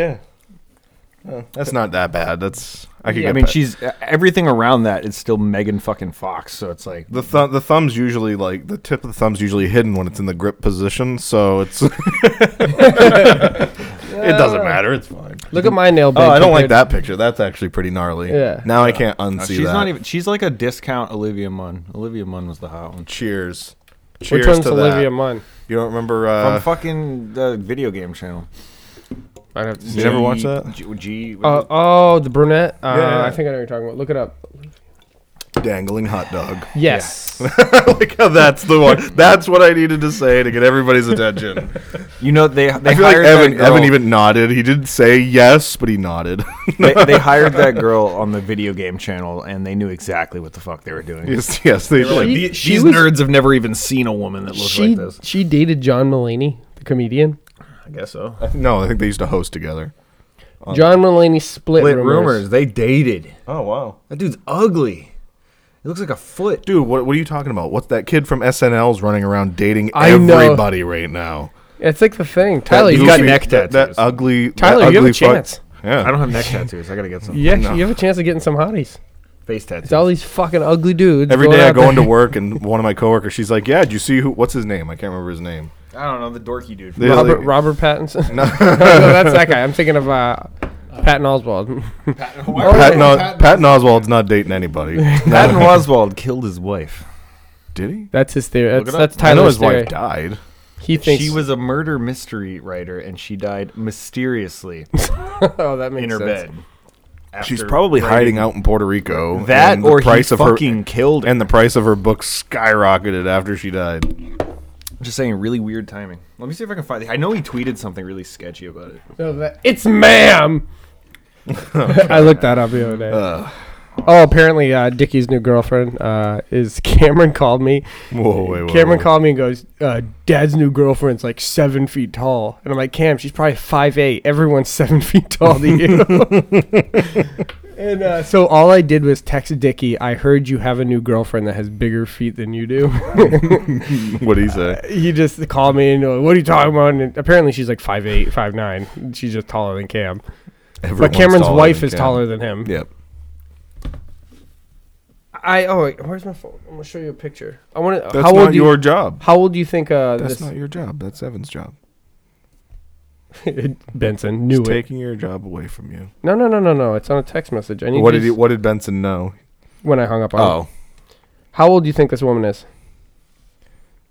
yeah. that's not that bad. That's I could.
Yeah, I
get
mean,
pa-
she's uh, everything around that is still Megan fucking Fox. So it's like
the th- the thumb's usually like the tip of the thumb's usually hidden when it's in the grip position, so it's [LAUGHS] it doesn't matter. It's fine.
Look at my nail bed.
Oh, I don't like
compared-
that picture. That's actually pretty gnarly.
Yeah.
Now I can't unsee
she's
that.
not even. She's like a discount Olivia Munn. Olivia Munn was the hot one
Cheers. Cheers
Which one's
to
Olivia
that.
Munn?
you don't remember?
from
Uh,
fucking the video game channel.
I'd have to
you never watched that?
G. G
Uh, oh, the brunette. Uh,
Yeah, yeah.
I think I know what you're talking about. Look it up.
dangling hot dog.
Yes.
I [LAUGHS] like how that's the one. That's what I needed to say to get everybody's [LAUGHS] attention.
You know they
I
they
feel like
hired
Evan,
that girl.
Evan even nodded. He didn't say yes, but he nodded. [LAUGHS]
they, they hired that girl on the video game channel, and they knew exactly what the fuck they were doing.
yes, yes, they
Like,
did.
"The-
she
these
was-
nerds have never even seen a woman that looks
she
like this.
she dated John Mulaney, the comedian.
I guess so.
No, I think they used to host together. Oh.
John Mulaney split,
Split rumors.
rumors.
They dated.
Oh wow.
That dude's ugly. He looks like a foot.
Dude, what, what are you talking about? What's that kid from SNL's running around dating
I know.
everybody right now?
It's like the thing. Tyler,
That
you
got
goofy-
neck
that- That,
tattoos.
ugly.
Tyler,
that
you have
ugly
a
fuck-
chance.
Yeah.
I don't have neck tattoos. I gotta get some
Yeah,
No.
you have a chance of getting some hotties.
face
It's all
tattoos.
these fucking ugly dudes.
Every
going
day I
out
go
there. [LAUGHS]
into work and one of my coworkers, she's like, "Yeah, did you see who? What's his name? I can't remember his name."
I don't know the dorky dude.
They're
Robert
like- [LAUGHS]
Robert Pattinson. No. that's that guy. I'm thinking of uh, Patton Oswald.
Patton, O- Patton Oswald's not dating
[LAUGHS]
anybody.
[LAUGHS] Patton Oswald killed his wife.
Did he?
[LAUGHS] that's his theory. That's,
it up.
that's
I know his
Tyler's theory.
wife died.
He thinks
She was a murder mystery writer, and she died mysteriously
[LAUGHS] Oh, that makes
in her
sense.
bed.
She's
after
probably
writing-
hiding out in Puerto Rico.
that,
and
or he
her-
fucking killed. her.
and the price of her book skyrocketed after she died. [LAUGHS]
Just saying, really weird timing. Let me see if I can find. I know he tweeted something really sketchy about it.
No, that- it's ma'am. [LAUGHS] I looked that up the other day. oh, apparently uh, Dickie's new girlfriend uh, is [LAUGHS] Cameron. Called me.
Whoa, wait, wait.
Cameron
wait.
called me and goes, uh, "Dad's new girlfriend's like seven feet tall," and I'm like, "Cam, she's probably five eight. Everyone's [LAUGHS] seven feet tall to you."
[LAUGHS]
and uh, so all I did was text Dickie. I heard you have a new girlfriend that has bigger feet than you do. [LAUGHS]
What did he say?
he just called me and uh, what are you talking about? And apparently she's like five eight, five nine. She's just taller than Cam.
Everyone's
but Cameron's
taller
wife
than
is
Cam.
taller than him.
Yep.
I oh wait, where's my phone? I'm gonna show you a picture. I want to.
That's
How
not
old
your
you?
job.
How old do you think uh,
That's
this [LAUGHS]
not your job. That's Evan's job.
Benson knew
He's
it?
taking your job away from you.
No, no, no, no, no. It's on a text message. I need
What
you
did he,
s-
what did Benson know?
when I hung up on. him.
Oh,
How old do you think this woman is?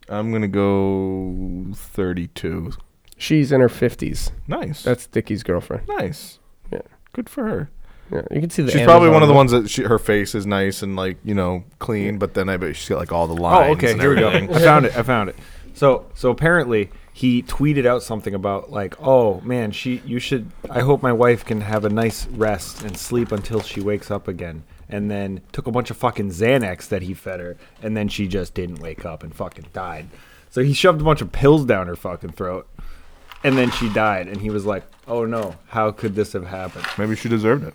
I'm gonna go 32.
She's in her fifties.
Nice.
That's Dickie's girlfriend.
nice.
Yeah.
Good for her.
Yeah, you can see the.
She's probably
Amazon
one of the
look.
ones that she, her face is nice and like you know clean, but then I bet she's got like all the lines.
Oh, okay.
and
Here we go.
everything.
[LAUGHS] I found it. I found it. So, so apparently he tweeted out something about like, oh man, she, you should. I hope my wife can have a nice rest and sleep until she wakes up again. And then took a bunch of fucking Xanax that he fed her, and then she just didn't wake up and fucking died. So he shoved a bunch of pills down her fucking throat, and then she died. And he was like, oh no, how could this have happened?
Maybe she deserved it.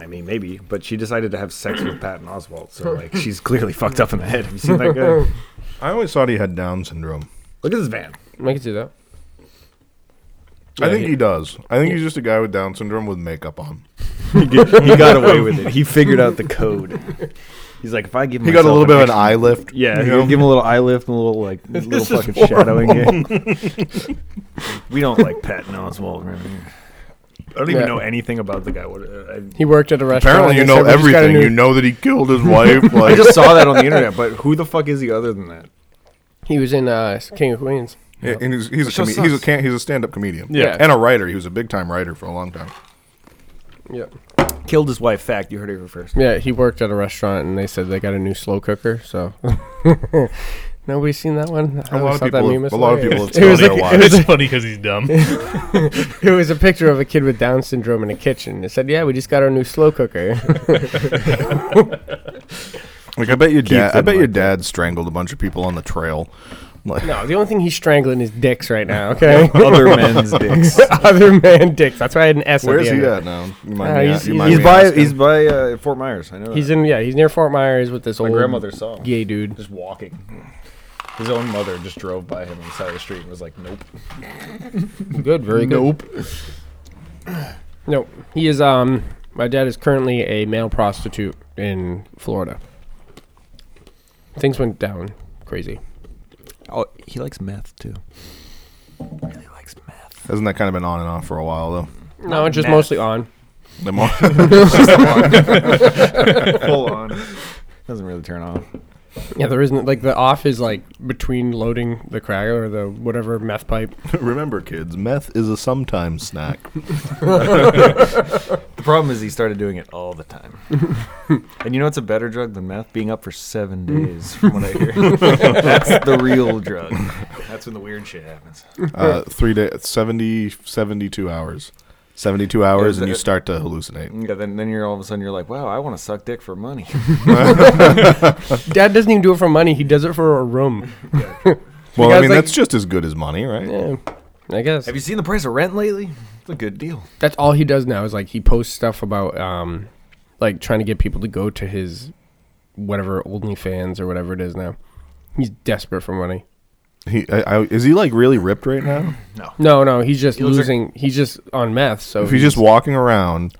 I mean, maybe, but she decided to have sex with Patton Oswald. So like, she's clearly fucked up in the head. Have you seen that guy?
I always thought he had Down syndrome.
Look at this van.
I can see that.
I think he, does. I think he's just a guy with Down syndrome with makeup on.
he got away with it. He figured out the code. He's like, if I give
He got a
myself
little bit of an
picture-
eye lift.
Yeah,
you
he
know?
would give him a little eye lift and a little like little
is
fucking shadowing. Here. [LAUGHS] we don't like Patton Oswald. Right here. I don't even
Yeah.
know anything about the guy. What, uh,
He worked at a restaurant.
Apparently,
and
you
they
know
said, "We just got a
everything.
new-
You know that he killed his wife. [LAUGHS]
I, I
Like,
just saw that on the internet, but who the fuck is he other than that?
He was in uh, King of Queens.
Yeah, and he's, he's, a
It just
comed- he's a
sucks.
can- he's a stand up comedian.
Yeah.
and a writer. He was a big time writer for a long time.
Yeah.
Killed his wife. Fact, you heard it here first.
Yeah, he worked at a restaurant, and they said they got a new slow cooker. So [LAUGHS] nobody's seen that one. I
A lot
always
of
thought that
people
meme
have-
was
a lot of
[LAUGHS]
people have
hilarious.
[LAUGHS]
It was
told
like-
their
it was
It's funny because
[LAUGHS]
he's dumb.
It was a picture of a kid with Down syndrome in a kitchen. It said, "Yeah, we just got our new slow cooker." [LAUGHS]
Like, I bet your dad. I
in
bet
my
your dad strangled a bunch of people on the trail. Like,
no, the only thing he's strangling is dicks
[LAUGHS]
right now. [LAUGHS] Okay, [LAUGHS]
Other men's dicks.
other man dicks. That's why I had an S. at
where's
the
he
end.
at now? You mind
Uh,
me
he's-
a- you mind
He's
me
by
asking?
he's by uh, Fort Myers. I know.
He's
that.
in yeah. He's near Fort Myers with this
my
old
grandmother saw him
gay dude.
just walking. His own mother just drove by him on the side of the street and was like, "Nope."
Good, very good. Nope. [CLEARS THROAT] nope. He is. Um, my dad is currently a male prostitute in Florida. Things went down crazy.
Oh, he likes meth too. Really likes meth.
Hasn't that kind of been on and off for a while though?
No, it's just
meth.
mostly on.
The
[LAUGHS]
more- [LAUGHS]
[LAUGHS] Full on. Doesn't really turn off.
Yeah, there isn't like the off is like between loading the cracker or the whatever meth pipe.
Remember, kids, meth is a sometimes snack.
The
problem is he started doing it all the time. [LAUGHS] and you know what's a better drug than meth? Being up for seven [LAUGHS] days, from what I hear. That's the real drug. That's when the weird shit happens.
[LAUGHS]
Uh, three day, 70, 72 hours. 72 hours,
Is
and you
it-
start to hallucinate.
Yeah, then, then you're all of a sudden you're like, wow, I want to suck dick for money.
Dad doesn't even do it for money. He does it for a room.
Well, I
guys
mean,
like-
that's just as good as money, right?
Yeah, I guess.
[LAUGHS] Have you seen the price of rent lately? It's a good deal.
That's all he does now is like he posts stuff about um, like trying to get people to go to his whatever OnlyFans or whatever it is now. He's desperate for money.
He, I, I, is he like really ripped right now?
No, no, he's just
looks like-
losing. he's just on meth. So
if he's just walking around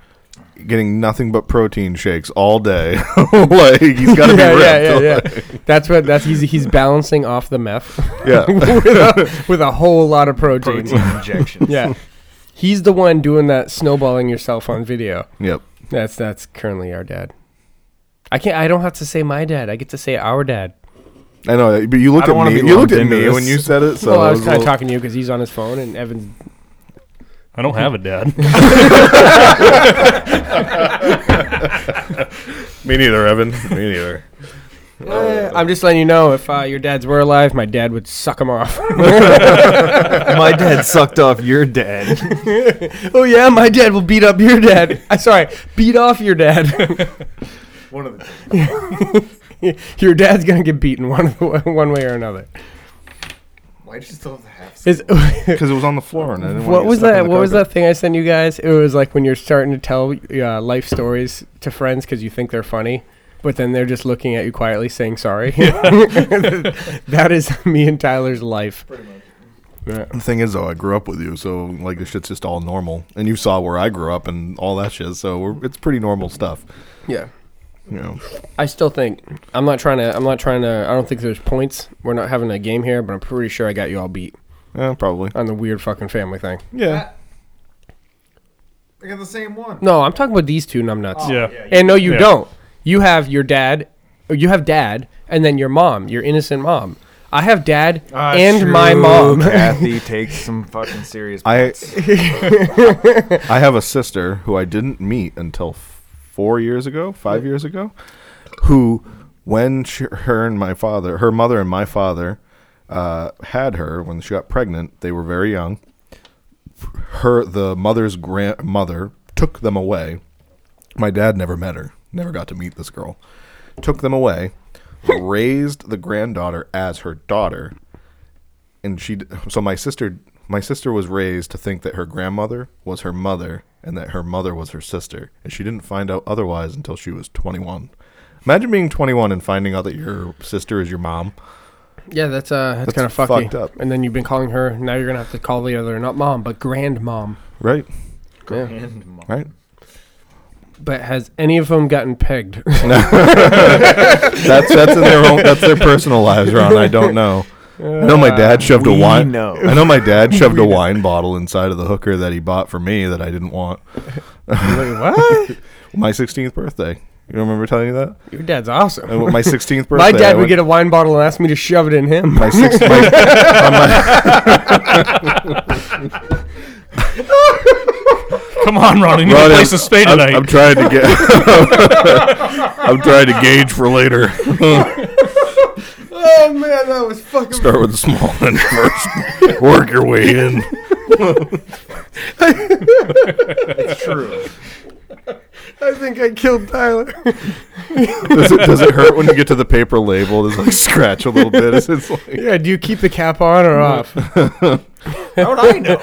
getting nothing but protein shakes all day, [LAUGHS] like
[LAUGHS]
he's got to
yeah, yeah,
be
yeah,
ripped.
yeah. That's what that's he's he's balancing off the meth
Yeah, yeah.
[LAUGHS] with, a, with a whole lot of protein.
Protein [LAUGHS]
[LAUGHS]
injections.
Yeah, he's the one doing that snowballing yourself on video.
yep.
That's that's currently our dad. I can't. I don't have to say my dad. I get to say our dad.
I know, but you
I
looked
don't
at
wanna
me.
be
You
lumped
looked at
into
me
this.
when you said it. So
well, I
it
was,
a
kind of
little-
talking to you because he's on his phone and Evan's.
I don't have a dad. [LAUGHS]
Me neither, Evan. Me neither. Uh,
uh, I'm just letting you know if uh, your dads were alive, my dad would suck him
[LAUGHS]
off.
My dad sucked off your dad.
[LAUGHS]
oh yeah, my dad will beat up your dad. [LAUGHS] I sorry, beat off your dad. [LAUGHS]
One of the
your dad's gonna get beaten one [LAUGHS] of the, wa- one way or another.
Why do you still have the half?
[LAUGHS] Is,
Because it was on the floor, and I didn't wanna
what
get
was
stuck on
that?
the
What was
carpet.
that thing I sent you guys? It was like when you're starting to tell uh, life stories to friends because you think they're funny, but then they're just looking at you quietly
[LAUGHS]
saying sorry. [LAUGHS] that is me and Tyler's life.
The thing is, though, I grew up with you, so like the shit's just all normal, and you saw where I grew up and all that shit. So we're, it's pretty normal stuff,
Yeah.
you know.
I still think I'm not trying to. I'm not trying to. I don't think there's points. We're not having a game here, but I'm pretty sure I got you all beat
Yeah, probably.
on the weird fucking family thing.
Yeah.
I got the same one.
No, I'm talking about these two numbnuts.
Oh, yeah.
And no, you
Yeah.
don't. You have your dad. or You have dad, and then your mom, your innocent mom. I have dad
Ah,
and my mom.
Ah,
[LAUGHS]
Kathy takes some fucking serious.
I
points.
[LAUGHS] I have a sister who I didn't meet until f- four years ago, five years ago, who when she, her and my father, her mother and my father, uh, had her when she got pregnant, they were very young. Her the mother's grandmother took them away. My dad never met her, never got to meet this girl. Took them away, [LAUGHS] raised the granddaughter as her daughter, and she d- so my sister my sister was raised to think that her grandmother was her mother and that her mother was her sister and she didn't find out otherwise until she was 21 imagine being 21 and finding out that your sister is your mom
[LAUGHS] Yeah, that's uh, that's,
That's
kind of fucky.
fucked up.
And then you've been calling her. Now you're gonna have to call the other, not mom, but grandmom.
right
Yeah.
right
But has any of them gotten pegged? [LAUGHS]
that's that's in their own that's their personal lives ron i don't know I know my dad shoved a
we
wine.
know.
I know my dad shoved a wine bottle inside of the hooker that he bought for me that I didn't want.
[LAUGHS] what?
My 16th birthday. You remember telling you that?
Your dad's awesome.
Uh, My 16th birthday. I
My dad would
went-
get a wine bottle and ask me to shove it in him. [LAUGHS]
my
[LAUGHS]
six my, on my-
Come on, Ronnie. You need
Ron,
to play
I'm-
some spade
I'm,
tonight.
I'm trying to get
[LAUGHS]
I'm trying to gauge for later.
Oh man, that was fucking.
Start with the small
[LAUGHS]
end first. Work your way in.
I think I killed Tyler.
Does it, does it hurt when you get to the paper label? Does it like scratch a little bit? It's, it's like,
yeah, do you keep the cap on or off?
How would I know?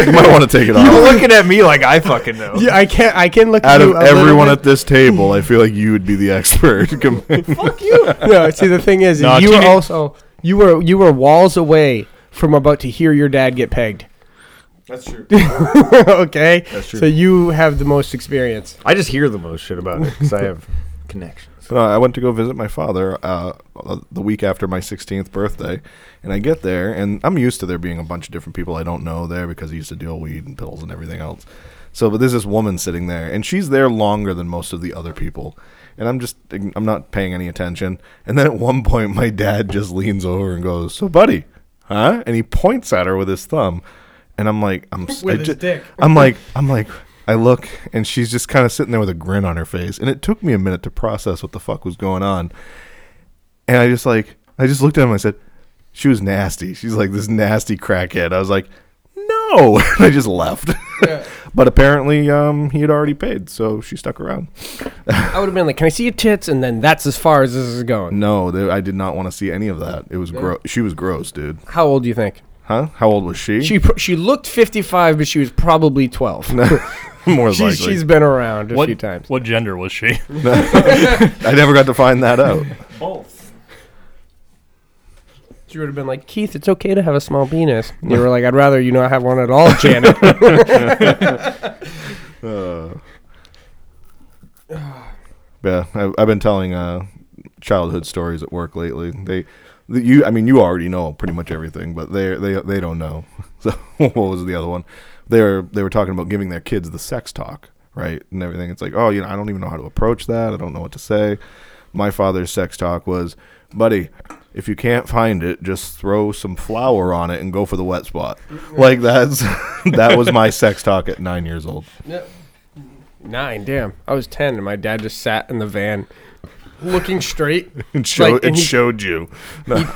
you might want to take it
[LAUGHS] You're
off.
looking at me like I fucking know.
yeah, I can't. I can look
Out
at
of
you a little
everyone
bit-
at this table, I feel like you would be
[LAUGHS]
the expert. [LAUGHS] Come-
no, see the
[LAUGHS]
thing is, is
No,
you
it's
were
easy.
also you were you were walls away from about to hear your dad get pegged. [LAUGHS]
That's true.
okay,
That's true.
so you have the most experience.
I just hear the most shit about it because
[LAUGHS]
I have connections.
Uh, I went to go visit my father uh, the week after my 16th birthday, and I get there, and I'm used to there being a bunch of different people I don't know there because he used to deal weed and pills and everything else. So, but there's this woman sitting there, and she's there longer than most of the other people, and I'm just I'm not paying any attention. And then at one point, my dad just leans over and goes, "So, buddy, huh?" And he points at her with his thumb, and I'm like, I'm
With his
ju-
dick.
I'm like, I'm like, I look, and she's just kind of sitting there with a grin on her face. And it took me a minute to process what the fuck was going on. And I just like, I just looked at him. I said, "She was nasty." She's like this nasty crackhead. I was like, "No," [LAUGHS] and I just left. [LAUGHS] but apparently, um, he had already paid, so she stuck around. [LAUGHS]
I would have been like, "Can I see your tits?" And then that's as far as this is going.
No, they, I did not want to see any of that. It was gross. She was gross, dude.
How old do you think?
Huh? How old was she?
She pr- she looked 55, but she was probably 12.
[LAUGHS]
[LAUGHS]
more [LAUGHS] likely.
she's, she's been around a
What,
few times.
what gender
[LAUGHS]
was she?
I never got to find that out.
Both.
She would have been like, Keith, it's okay to have a small
[LAUGHS]
penis. And you were like, I'd rather you not have one at all, Janet.
Uh, yeah, I, I've been telling uh, childhood stories at work lately. They, the, you, I mean, you already know pretty much everything, but they, they, they don't know. [LAUGHS] So what was the other one? They were, they were talking about giving their kids the sex talk, right, and everything. It's like, oh, you know, I don't even know how to approach that. I don't know what to say. My father's sex talk was, buddy. If you can't find it, just throw some flour on it and go for the wet spot. Like that's [LAUGHS] that was my sex talk at nine years old.
Nine, damn. I was 10, and my dad just sat in the van looking straight.
[LAUGHS] and show,
Like, and
it
he-
showed you.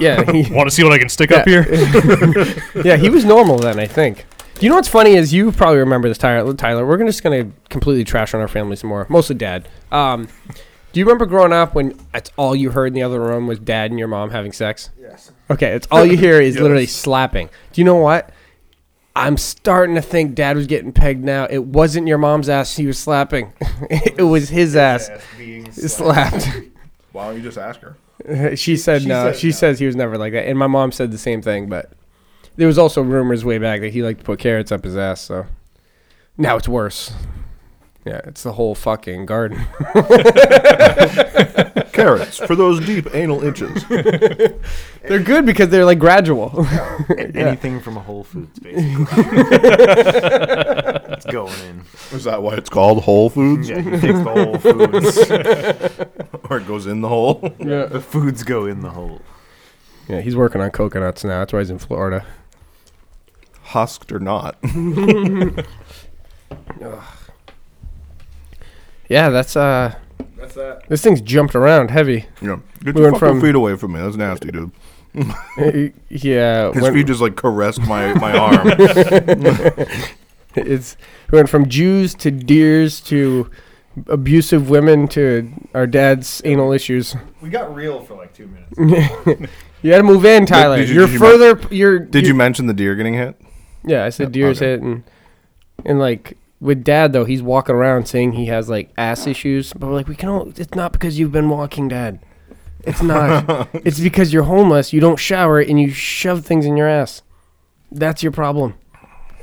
yeah, he,
Want to see what I can stick up
Yeah. [LAUGHS]
here?
yeah, he was normal then, I think. You know what's funny is you probably remember this, Tyler. Tyler, we're gonna- just going to completely trash on our family some more, mostly dad. Um, do you remember growing up when that's all you heard in the other room was dad and your mom having sex?
Yes.
Okay, it's all you hear [LAUGHS] is literally slapping. Do you know what? I'm starting to think dad was getting pegged now. It wasn't your mom's ass he was slapping. [LAUGHS] it was his ass
Being
slapped.
Why don't you just ask her?
she said
she
no.
said
she
no.
says he was never like that. And my mom said the same thing, but there was also rumors way back that he liked to put carrots up his ass, so now it's worse. Yeah, it's the whole fucking garden. [LAUGHS]
Carrots for those deep anal inches.
they're good because they're like gradual. [LAUGHS]
Anything from a Whole
[LAUGHS]
Foods, basically. it's going in.
Is that why it's called Whole Foods?
Yeah, he takes the Whole
[LAUGHS]
Foods.
[LAUGHS] Or it goes in the hole? [LAUGHS]
yeah.
the foods go in the hole.
yeah, he's working on coconuts now. That's why he's in Florida.
Husked or not. [LAUGHS]
Yeah, that's uh
That's that.
this thing's jumped around heavy. [LAUGHS]
Yeah. Get
We
your
went
fucking
from-
feet away from me. That's nasty, dude.
yeah,
His
uh, went-
feet just like caressed my,
[LAUGHS]
my arm.
it's we went from Jews to deers to abusive women to our dad's anal issues.
We got real for like two minutes.
You got to move in, Tyler.
did you-
you're
did you ma-
further. you're.
Did you
you're-
mention the deer getting hit?
Yeah, I said deer's
okay.
hit and and like with dad though, he's walking around saying he has like ass issues, but we're like we can. all It's not because you've been walking, Dad.
[LAUGHS]
It's not. it's because you're homeless. You don't shower and you shove things in your ass. That's your problem.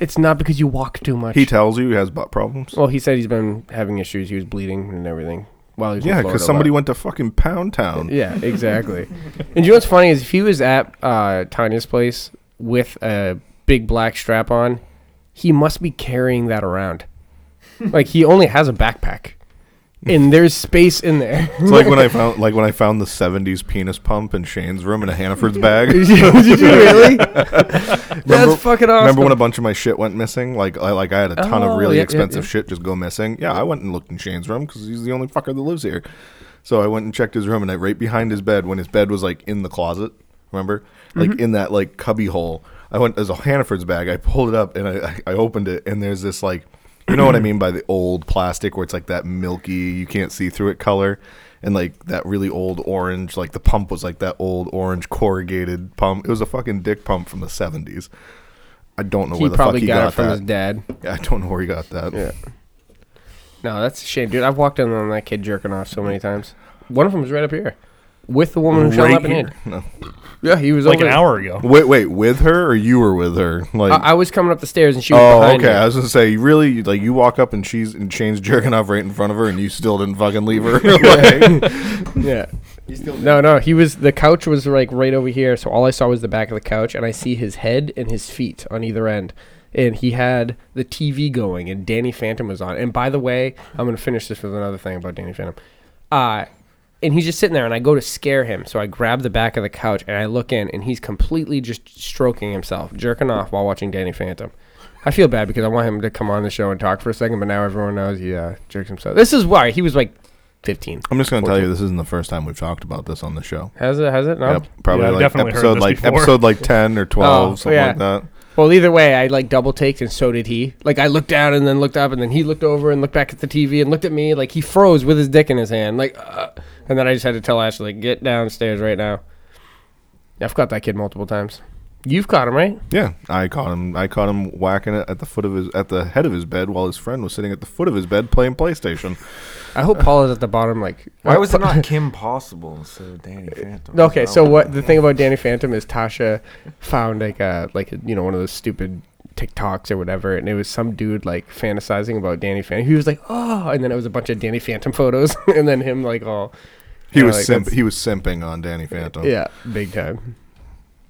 It's not because you walk too much.
He tells you he has butt problems.
well, he said he's been having issues. He was bleeding and everything while he was in
Yeah, because
Florida,
somebody
but-
went to fucking Pound Town.
yeah, exactly. and you know what's funny is if he was at uh, Tanya's place with a big black strap on, he must be carrying that around. like he only has a backpack, and there's space in there. [LAUGHS]
It's like when I found like when I found the '70s penis pump in Shane's room in a Hannaford's bag.
[LAUGHS] Did you
[LAUGHS]
did you really? That's fucking awesome.
Remember when a bunch of my shit went missing? Like, I, like I had a ton
Oh,
of really
yeah, yeah,
expensive
yeah.
shit just go missing. Yeah, I went and looked in Shane's room because he's the only fucker that lives here. So I went and checked his room, and I right behind his bed when his bed was like in the closet. Remember, like
Mm-hmm.
in that like cubby hole. I went as a Hannaford's bag. I pulled it up and I, I opened it, and there's this like, you know what
[CLEARS THROAT]
I mean by the old plastic where it's like that milky, you can't see through it color, and like that really old orange. Like the pump was like that old orange corrugated pump. It was a fucking dick pump from the '70s. I don't know
he
where the fuck
probably
he
got,
got,
it from
that.
his dad.
Yeah, I don't know where he got that.
Yeah. No, that's a shame, dude. I've walked in on that kid jerking off so many times. One of them was right up here, with the woman who shot
Right
up in
here?
hand.
No.
Yeah, he was
like
over
an hour ago.
Wait, wait, with her or you were with her? Like,
I, I was coming up the stairs and she was
oh,
behind
okay.
me.
I was gonna say, you really, you- like, you walk up and she's and Shane's jerking off right in front of her, and you still didn't fucking leave
[LAUGHS]
her. [LAUGHS] Like,
Yeah.
You still
No, no. He was the couch was like right over here, so all I saw was the back of the couch, and I see his head and his feet on either end. And he had the TV going, and Danny Phantom was on. And by the way, I'm gonna finish this with another thing about Danny Phantom. Uh and he's just sitting there, and I go to scare him, so I grab the back of the couch and I look in, and he's completely just stroking himself, jerking off while watching Danny Phantom. I feel bad because I want him to come on the show and talk for a second, but now everyone knows he uh, jerks himself. This is why he was like 15.
I'm just going to tell you, this isn't the first time we've talked about this on the show.
Has it? Has it? No.
Yep, probably
Yeah, I've
like
definitely heard
episode
this
like
before.
episode like ten or twelve,
[LAUGHS] Oh,
something
yeah.
like that.
Well, either way, I like double taked, and so did he. Like I looked down and then looked up, and then he looked over and looked back at the TV and looked at me. Like he froze with his dick in his hand. Like, uh, and then I just had to tell Ashley, like, get downstairs right now. I've caught that kid multiple times. You've caught him, right?
Yeah, I caught him. I caught him whacking it at the foot of his at the head of his bed while his friend was sitting at the foot of his bed playing PlayStation.
I hope Paul is at the bottom. Like,
Why was it not Kim Possible instead of
Uh,
Danny Phantom?
Okay, so what the thing about Danny Phantom is Tasha found like a like you know one of those stupid TikToks or whatever, and it was some dude like fantasizing about Danny Phantom. He was like, oh, and then it was a bunch of Danny Phantom photos, [LAUGHS] and then him like all
He
Yeah,
was
like,
simp-
that's-
he was simping on Danny Phantom.
yeah, big time.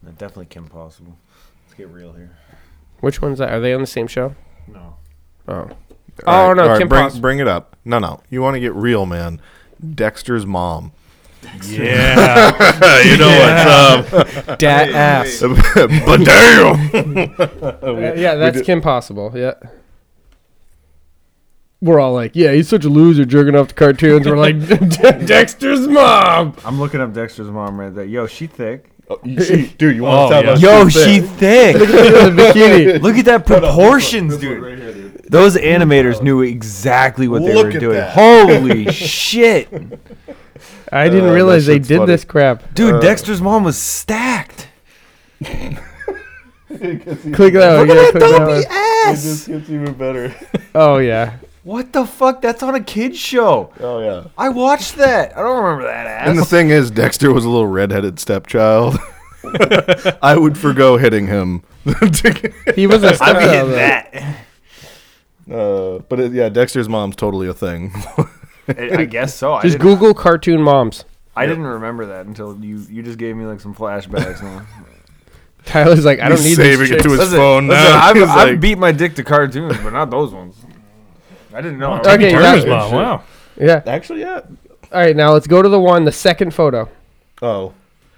No, definitely Kim Possible.
Let's get real here.
Which one's that? Are they on the same show?
No.
Oh,
All
oh no,
all
Kim
bring,
Possible.
bring it up. No, no, you want to get real, man. Dexter's mom.
Yeah.
[LAUGHS] you know
[LAUGHS] dat ass.
what's up, [LAUGHS] but damn.
Uh, yeah, that's Kim Possible. Yeah. We're all like, yeah, he's such a loser jerking off the cartoons. We're like, [LAUGHS] Dexter's mom.
I'm looking up Dexter's mom right there. Yo, she thick.
dude, you
wanna Oh,
want
talk
to talk
yeah. about
Yo, she [LAUGHS] thick.
The [LAUGHS] bikini.
Look at that proportions, dude.
Right here, dude.
Those animators knew exactly what they
Look
were
at
doing.
that.
Holy shit.
I didn't
Uh, that
realize they
shit's
did
funny.
this crap.
Dude, Dexter's mom was stacked.
Click that one. Oh, Yeah, click
Look at
that
that dumpy
one.
It just
ass.
gets even better.
Oh yeah.
What the fuck? That's on a kid's show.
[LAUGHS] Oh yeah.
I watched that. I don't remember that ass.
And the thing is, Dexter was a little redheaded
[LAUGHS]
stepchild. I would forgo hitting him. [LAUGHS]
He was a
I'd be
stepchild,
hitting
though.
that.
Uh, but it, yeah, Dexter's mom's totally a thing. [LAUGHS]
[LAUGHS]
I I guess so. I
Just
didn't,
Google cartoon moms. [LAUGHS]
I didn't remember that until you you just gave me like some flashbacks. now.
Tyler's like, I don't
He's
need this
saving it
shit.
to his
Listen,
phone
listen,
now.
I've,
He's
I've
like-
beat my dick to cartoons, but not those ones. I didn't know.
Okay,
Timmy Turner's
that-
mom. Oh, Wow.
[LAUGHS] Yeah.
Actually, yeah.
All right, now let's go to the one, the second photo.
Oh,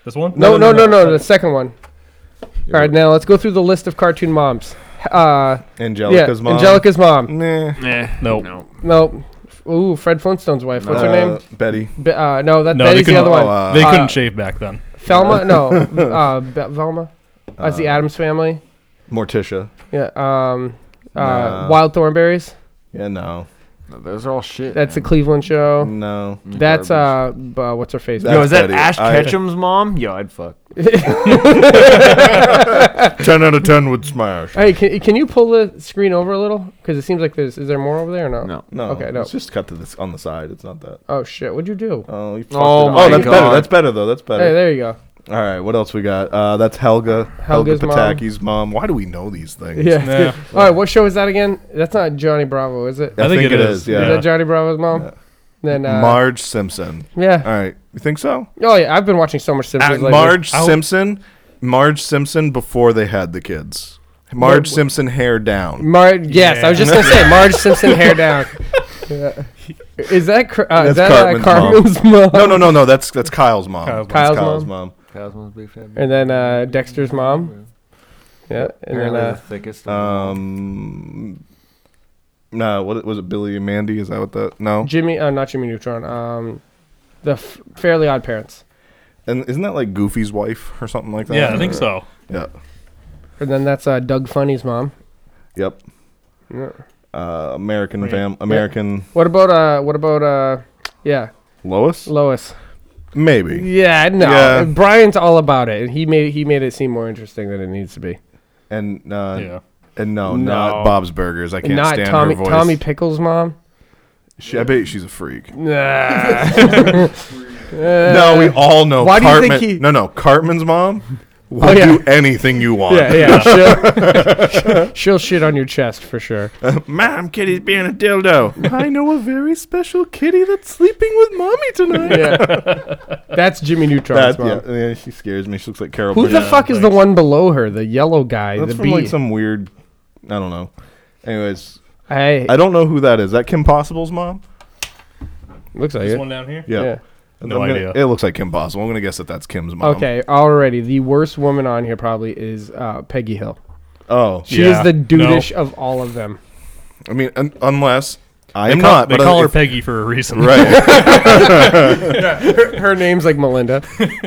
This one?
No, no, no, no, the second one. All right, now let's go through the list of cartoon moms. Uh,
Angelica's
yeah,
mom.
Angelica's mom.
Nah.
Nope.
No. Ooh, Fred Flintstone's wife. What's
Uh,
her name?
Betty.
Be- uh, no, that,
No,
that
they
is the
couldn't-
other one.
Oh, uh,
They
Uh,
couldn't shave back then.
Velma?
[LAUGHS]
No. Uh, Be- Velma?
Uh,
That's the Adams family.
Morticia.
Yeah. Um, uh,
Nah.
Wild Thornberries.
Yeah, no,
Those are all shit.
That's the Cleveland show.
no.
That's uh, b- uh, what's her face?
That-
Yo, is that
Betty.
Ash
I-
Ketchum's mom? Yo, I'd fuck.
[LAUGHS] ten out of ten would
[LAUGHS]
smash.
hey, can, can you pull the screen over a little? Because it seems like there's is there more over there or no?
No.
No,
Okay, no.
It's just cut to this on the side. It's not that.
Oh shit! What'd you do?
Oh, you fucked
Oh
it up.
my
that's better.
God.
That's better though. That's better.
Hey, there you go.
All right, what else we got? Uh, that's Helga. Helga
Helga's mom.
Pataki's mom. Why do we know these things?
Yeah. [LAUGHS] All right. What show is that again? That's not Johnny Bravo, is it?
I, think, it is.
Is
Yeah.
that Johnny Bravo's mom?
Yeah.
Then uh,
Marge Simpson.
yeah.
All right, you think so?
Oh yeah, I've been watching so much
Uh,
Simpsons lately.
Marge
I'll-
Simpson. Marge Simpson before they had the kids. Marge Simpson hair down.
Marge. Yes, I was just gonna say Marge
[LAUGHS]
Simpson hair down. Yeah. Is that cr- uh,
That's
is that
Cartman's mom.
uh, Cartman's mom?
No, no, no, no. That's that's Kyle's mom.
Kyle's
That's
Kyle's
Kyle's mom.
Cosmo's big fat.
And then uh, Dexter's mom. Yeah. And then
Apparently the
uh,
thickest.
Um, no, what was it? Billy and Mandy? Is that what that? No.
Jimmy. Uh, not Jimmy Neutron. Um, the f- Fairly Odd Parents.
And isn't that like Goofy's wife or something like that?
Yeah, I think
Or-
so.
Yeah.
And then that's uh, Doug Funny's mom.
Yep.
Yeah.
Uh, American
Right.
fam. American
What about uh? What about uh? Yeah,
Lois.
Lois.
Maybe.
Yeah, no.
Yeah.
Brian's all about it, and he made he made it seem more interesting than it needs to be.
And uh,
yeah.
and no,
No.
not Bob's Burgers. I can't
Not
stand
Tommy
her voice.
Tommy
[LAUGHS]
Pickles' mom.
She, I bet she's a freak.
Nah.
no, we all know.
why do you
Cartman,
think he-
No, no, Cartman's [LAUGHS] mom will do anything you want.
[LAUGHS] Yeah, yeah. She'll, she'll shit on your chest for sure.
Mom, kitty's being a dildo. I know a very special kitty that's sleeping with mommy tonight.
Yeah.
[LAUGHS]
That's Jimmy Neutron's
That,
mom.
yeah, yeah, she scares me. She looks like Carol.
Who the
Burnett.
fuck is the one below her? The yellow guy,
That's
the
from
bee.
like some weird. I don't know. Anyways,
hey,
I don't know who that is. That Kim Possible's mom?
looks like
This
it.
one down here?
Yeah.
Yeah.
No
I'm gonna-
idea.
It looks like Kim Possible. I'm gonna guess that that's Kim's mom.
Okay, already the worst woman on here probably is uh, Peggy Hill.
Oh,
She
Yeah,
is the
no.
dudeish of all of
[LAUGHS]
them.
I mean, un- unless I
They
am
call,
not.
they
but I-
call her
if-
Peggy for a reason. [LAUGHS]
right.
Her, her name's
[LAUGHS]
like Melinda.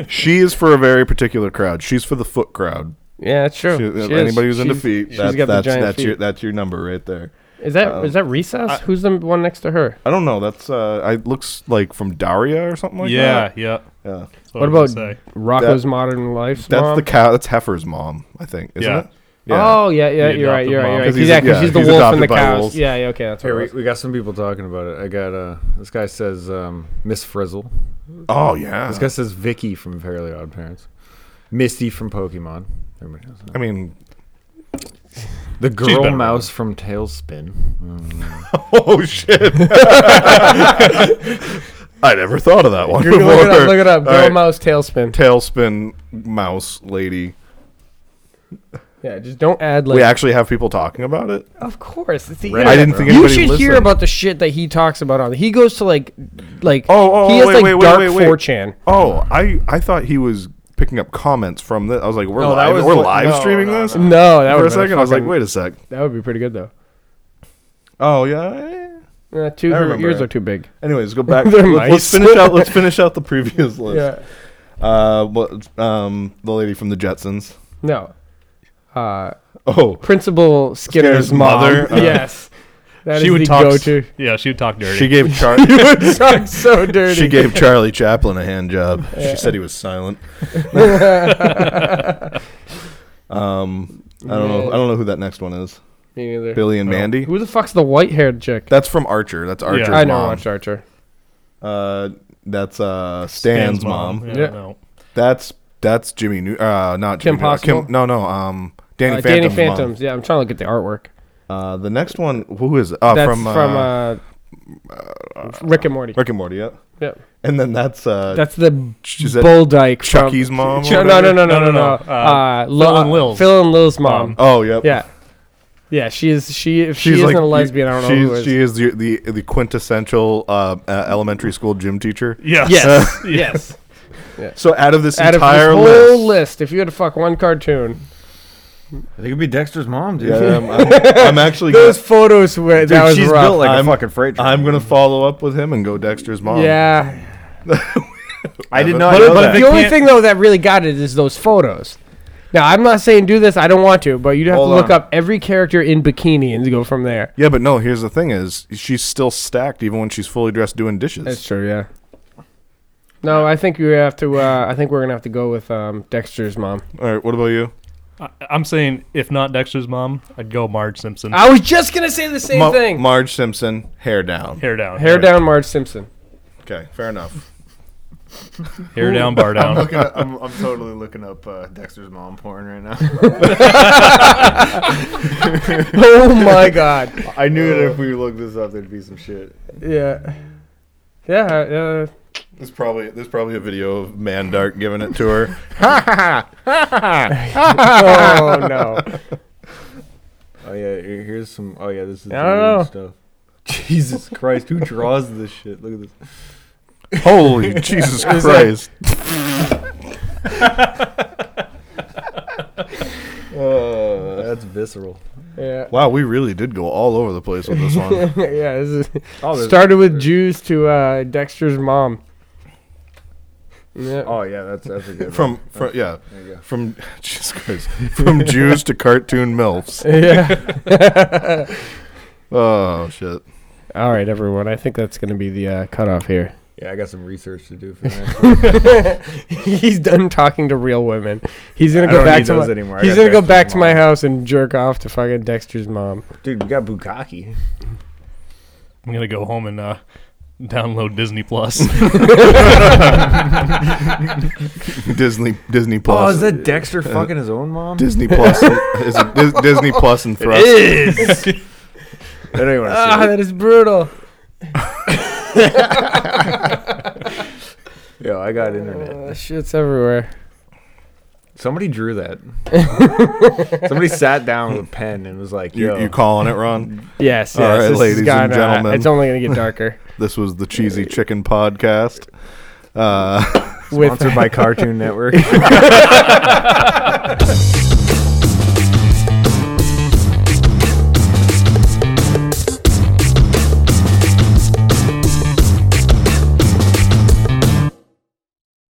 she is for a very particular crowd. She's for the foot crowd.
Yeah, it's true.
She- uh,
She is.
anybody who's into
She's-
feet,
she's
that's
got the
that's,
giant
that's your Um,
feet.
that's your number right there.
Is that is that recess? Who's the one next to her?
I don't know. That's uh, I looks like from Daria or something like
yeah,
that.
yeah.
Yeah,
That's
What
I was
about
gonna say.
Rocco's Modern Life?
that's the cow. That's Heifer's mom, I think. Isn't
Yeah.
it? Yeah.
Oh yeah, yeah,
The
you're right, you're right, you're right.
adopted mom.
'Cause
Exactly.
he's- yeah,
she's the
he's
wolf
adopted
and the
by
cows.
wolves.
Yeah, yeah, okay, that's
Here, we,
right.
we got some people talking about it. I got uh, this guy says um, Miss Frizzle.
Oh yeah.
This guy says Vicky from Fairly Odd Parents. Misty from Pokemon. Everybody knows that.
I mean, [LAUGHS]
The
been
girl
around.
mouse from Tailspin. Mm.
oh shit! [LAUGHS] I never thought of that one.
Look it
before.
up, look it up.
All
Girl
right.
Mouse Tailspin.
Tailspin mouse lady.
Yeah, just don't add like.
We actually have people talking about it.
Of course, it's the
I didn't think
internet, bro. you
anybody
should hear
listened.
about the shit that he talks about on. He goes to like, like
Oh, oh,
he
oh,
has
wait,
like
wait, wait,
dark
wait, wait.
4chan.
Oh, I I thought he was picking up comments from this. I was like, we're
No, that
live,
was
we're
what-
live
no,
streaming
no,
this.
no.
No, that
For a
would
second, I was like, wait a sec.
that would be pretty good though.
Oh
[LAUGHS]
yeah.
Uh, two
I
her
remember
ears
it.
are too big.
Anyways, go back.
[LAUGHS] They're
let's, let's
mice.
finish out. Let's finish out the
[LAUGHS]
previous list. Uh, what? Um, the lady from the Jetsons.
No. Uh,
Oh,
Principal Skinner's,
Skinner's
mom.
mother, uh,
[LAUGHS] yes. That is
She would
the
talk. s-
go-to. [LAUGHS]
Yeah, she would talk dirty.
[LAUGHS] she gave Charlie.
would talk so dirty.
[LAUGHS] she gave Charlie Chaplin a hand job. She said he was
[LAUGHS]
silent. um, I don't know. I don't know who that next one is.
Me neither.
Billy and Mandy.
Who the fuck's the white-haired chick?
That's from Archer. That's Archer's
I never
mom.
watched Archer.
Uh, that's uh Stan's, mom.
Yeah,
Yeah.
no.
That's that's Jimmy. New- uh, not
Kim
Jimmy New-
Possible?
no, no. Um, Danny
Uh,
Phantom's
Danny
mom.
Phantoms. Yeah, I'm trying to look at the artwork.
Uh, the next one. Who is it? Uh,
That's uh,
from uh,
Rick and Morty.
Rick and Morty. Yeah.
Yep.
And then that's uh,
That's the
is that
Bull Dyke from-
Chucky's mom. or
Ch- no, no, no, no,
No,
no,
no,
no. Uh,
no. Uh,
Lo-
Phil and Lil's.
Phil and Lil's mom.
Mom.
Oh, yep.
Yeah, yeah. She is. She if she
She's
isn't
like-
a lesbian, I don't know
she's,
who is.
She is the the, the quintessential uh, uh, elementary school gym teacher.
Yes.
Yes. yes.
So out of this
Out of this
entire
whole
list,
list, if you had to fuck one cartoon,
I think it'd be Dexter's mom, dude.
Yeah, I'm, I'm-
[LAUGHS]
I'm actually gonna,
those photos were
Dude,
that was
she's
rough.
built like
I'm-
a fucking freight train.
I'm gonna follow up with him and go Dexter's mom.
yeah,
I did
but-
not
but-
know
but
[LAUGHS]
that.
the
they
only
can't-
thing though that really got it is those photos. Now I'm not saying do this. I don't want to, but you'd have
Hold
to look
on.
up every character in bikini and go from there.
Yeah, but no. Here's the thing: is she's still stacked even when she's fully dressed doing dishes.
That's true. Yeah. No, I think we have to. Uh, I think we're gonna have to go with um, Dexter's mom.
All right, what about you?
I, I'm saying if not Dexter's mom, I'd go Marge Simpson.
I was just gonna say the same
Ma-
thing.
Marge Simpson, hair down.
hair down.
Hair down, Marge Simpson.
Okay, fair enough.
Hair down. [LAUGHS] Bar down.
Looking up, I'm, I'm totally looking up uh, Dexter's mom porn right
[LAUGHS]
now.
oh
[LAUGHS]
my god.
I knew that if we
Oh.
looked this up, there'd be some shit.
Yeah. Yeah. uh,
There's probably there's probably a video of Mandark giving it to her.
Uh, oh no.
Oh yeah, here- here's some. Oh yeah, this is
I don't
deleted stuff. [LAUGHS] Jesus Christ, who draws this shit? Look at this. [LAUGHS]
Holy Jesus Christ!
[LAUGHS] That's visceral.
Yeah.
Uh, Wow, we really did go all over the place with this one.
[LAUGHS]
[LAUGHS]
yeah. This is,
Oh, there's-
started with Jews to uh, Dexter's mom. [LAUGHS] Yeah.
Oh yeah, that's that's a [LAUGHS] good. one.
from from yeah
There you go.
from [LAUGHS] Jesus Christ from Jews to cartoon milfs.
Yeah.
Oh shit!
All right, everyone. I think that's gonna be the uh, cutoff here.
Yeah, I got some research to [LAUGHS] do for the
[LAUGHS]
next.
He's done talking to real women. He's gonna
I
go
don't
back
need
to
those
my,
anymore. I
He's
got
gonna go
Dexter's
back to my
mom.
house and jerk off to fucking Dexter's mom.
Dude, we got Bukaki.
I'm gonna go home and uh, download Disney Plus. [LAUGHS]
Disney Disney
Oh,
Plus.
is that [LAUGHS] Dexter fucking his own mom?
Disney Plus is it Dis- Disney Plus and Thrust.
[LAUGHS]
I don't even [LAUGHS] want to
Ah, that is brutal.
see. it. Yo, I got [LAUGHS]
Uh,
internet.
shit's everywhere.
Somebody drew [LAUGHS] that. Somebody sat down with a pen and was like,
You,
"Yo,
you calling it, Ron?
Yes, yes.
All right,
this has
ladies and
gone, uh,
gentlemen.
it's only going to get darker.
This was the cheesy chicken podcast. Uh,
with
[LAUGHS] sponsored by Cartoon Network."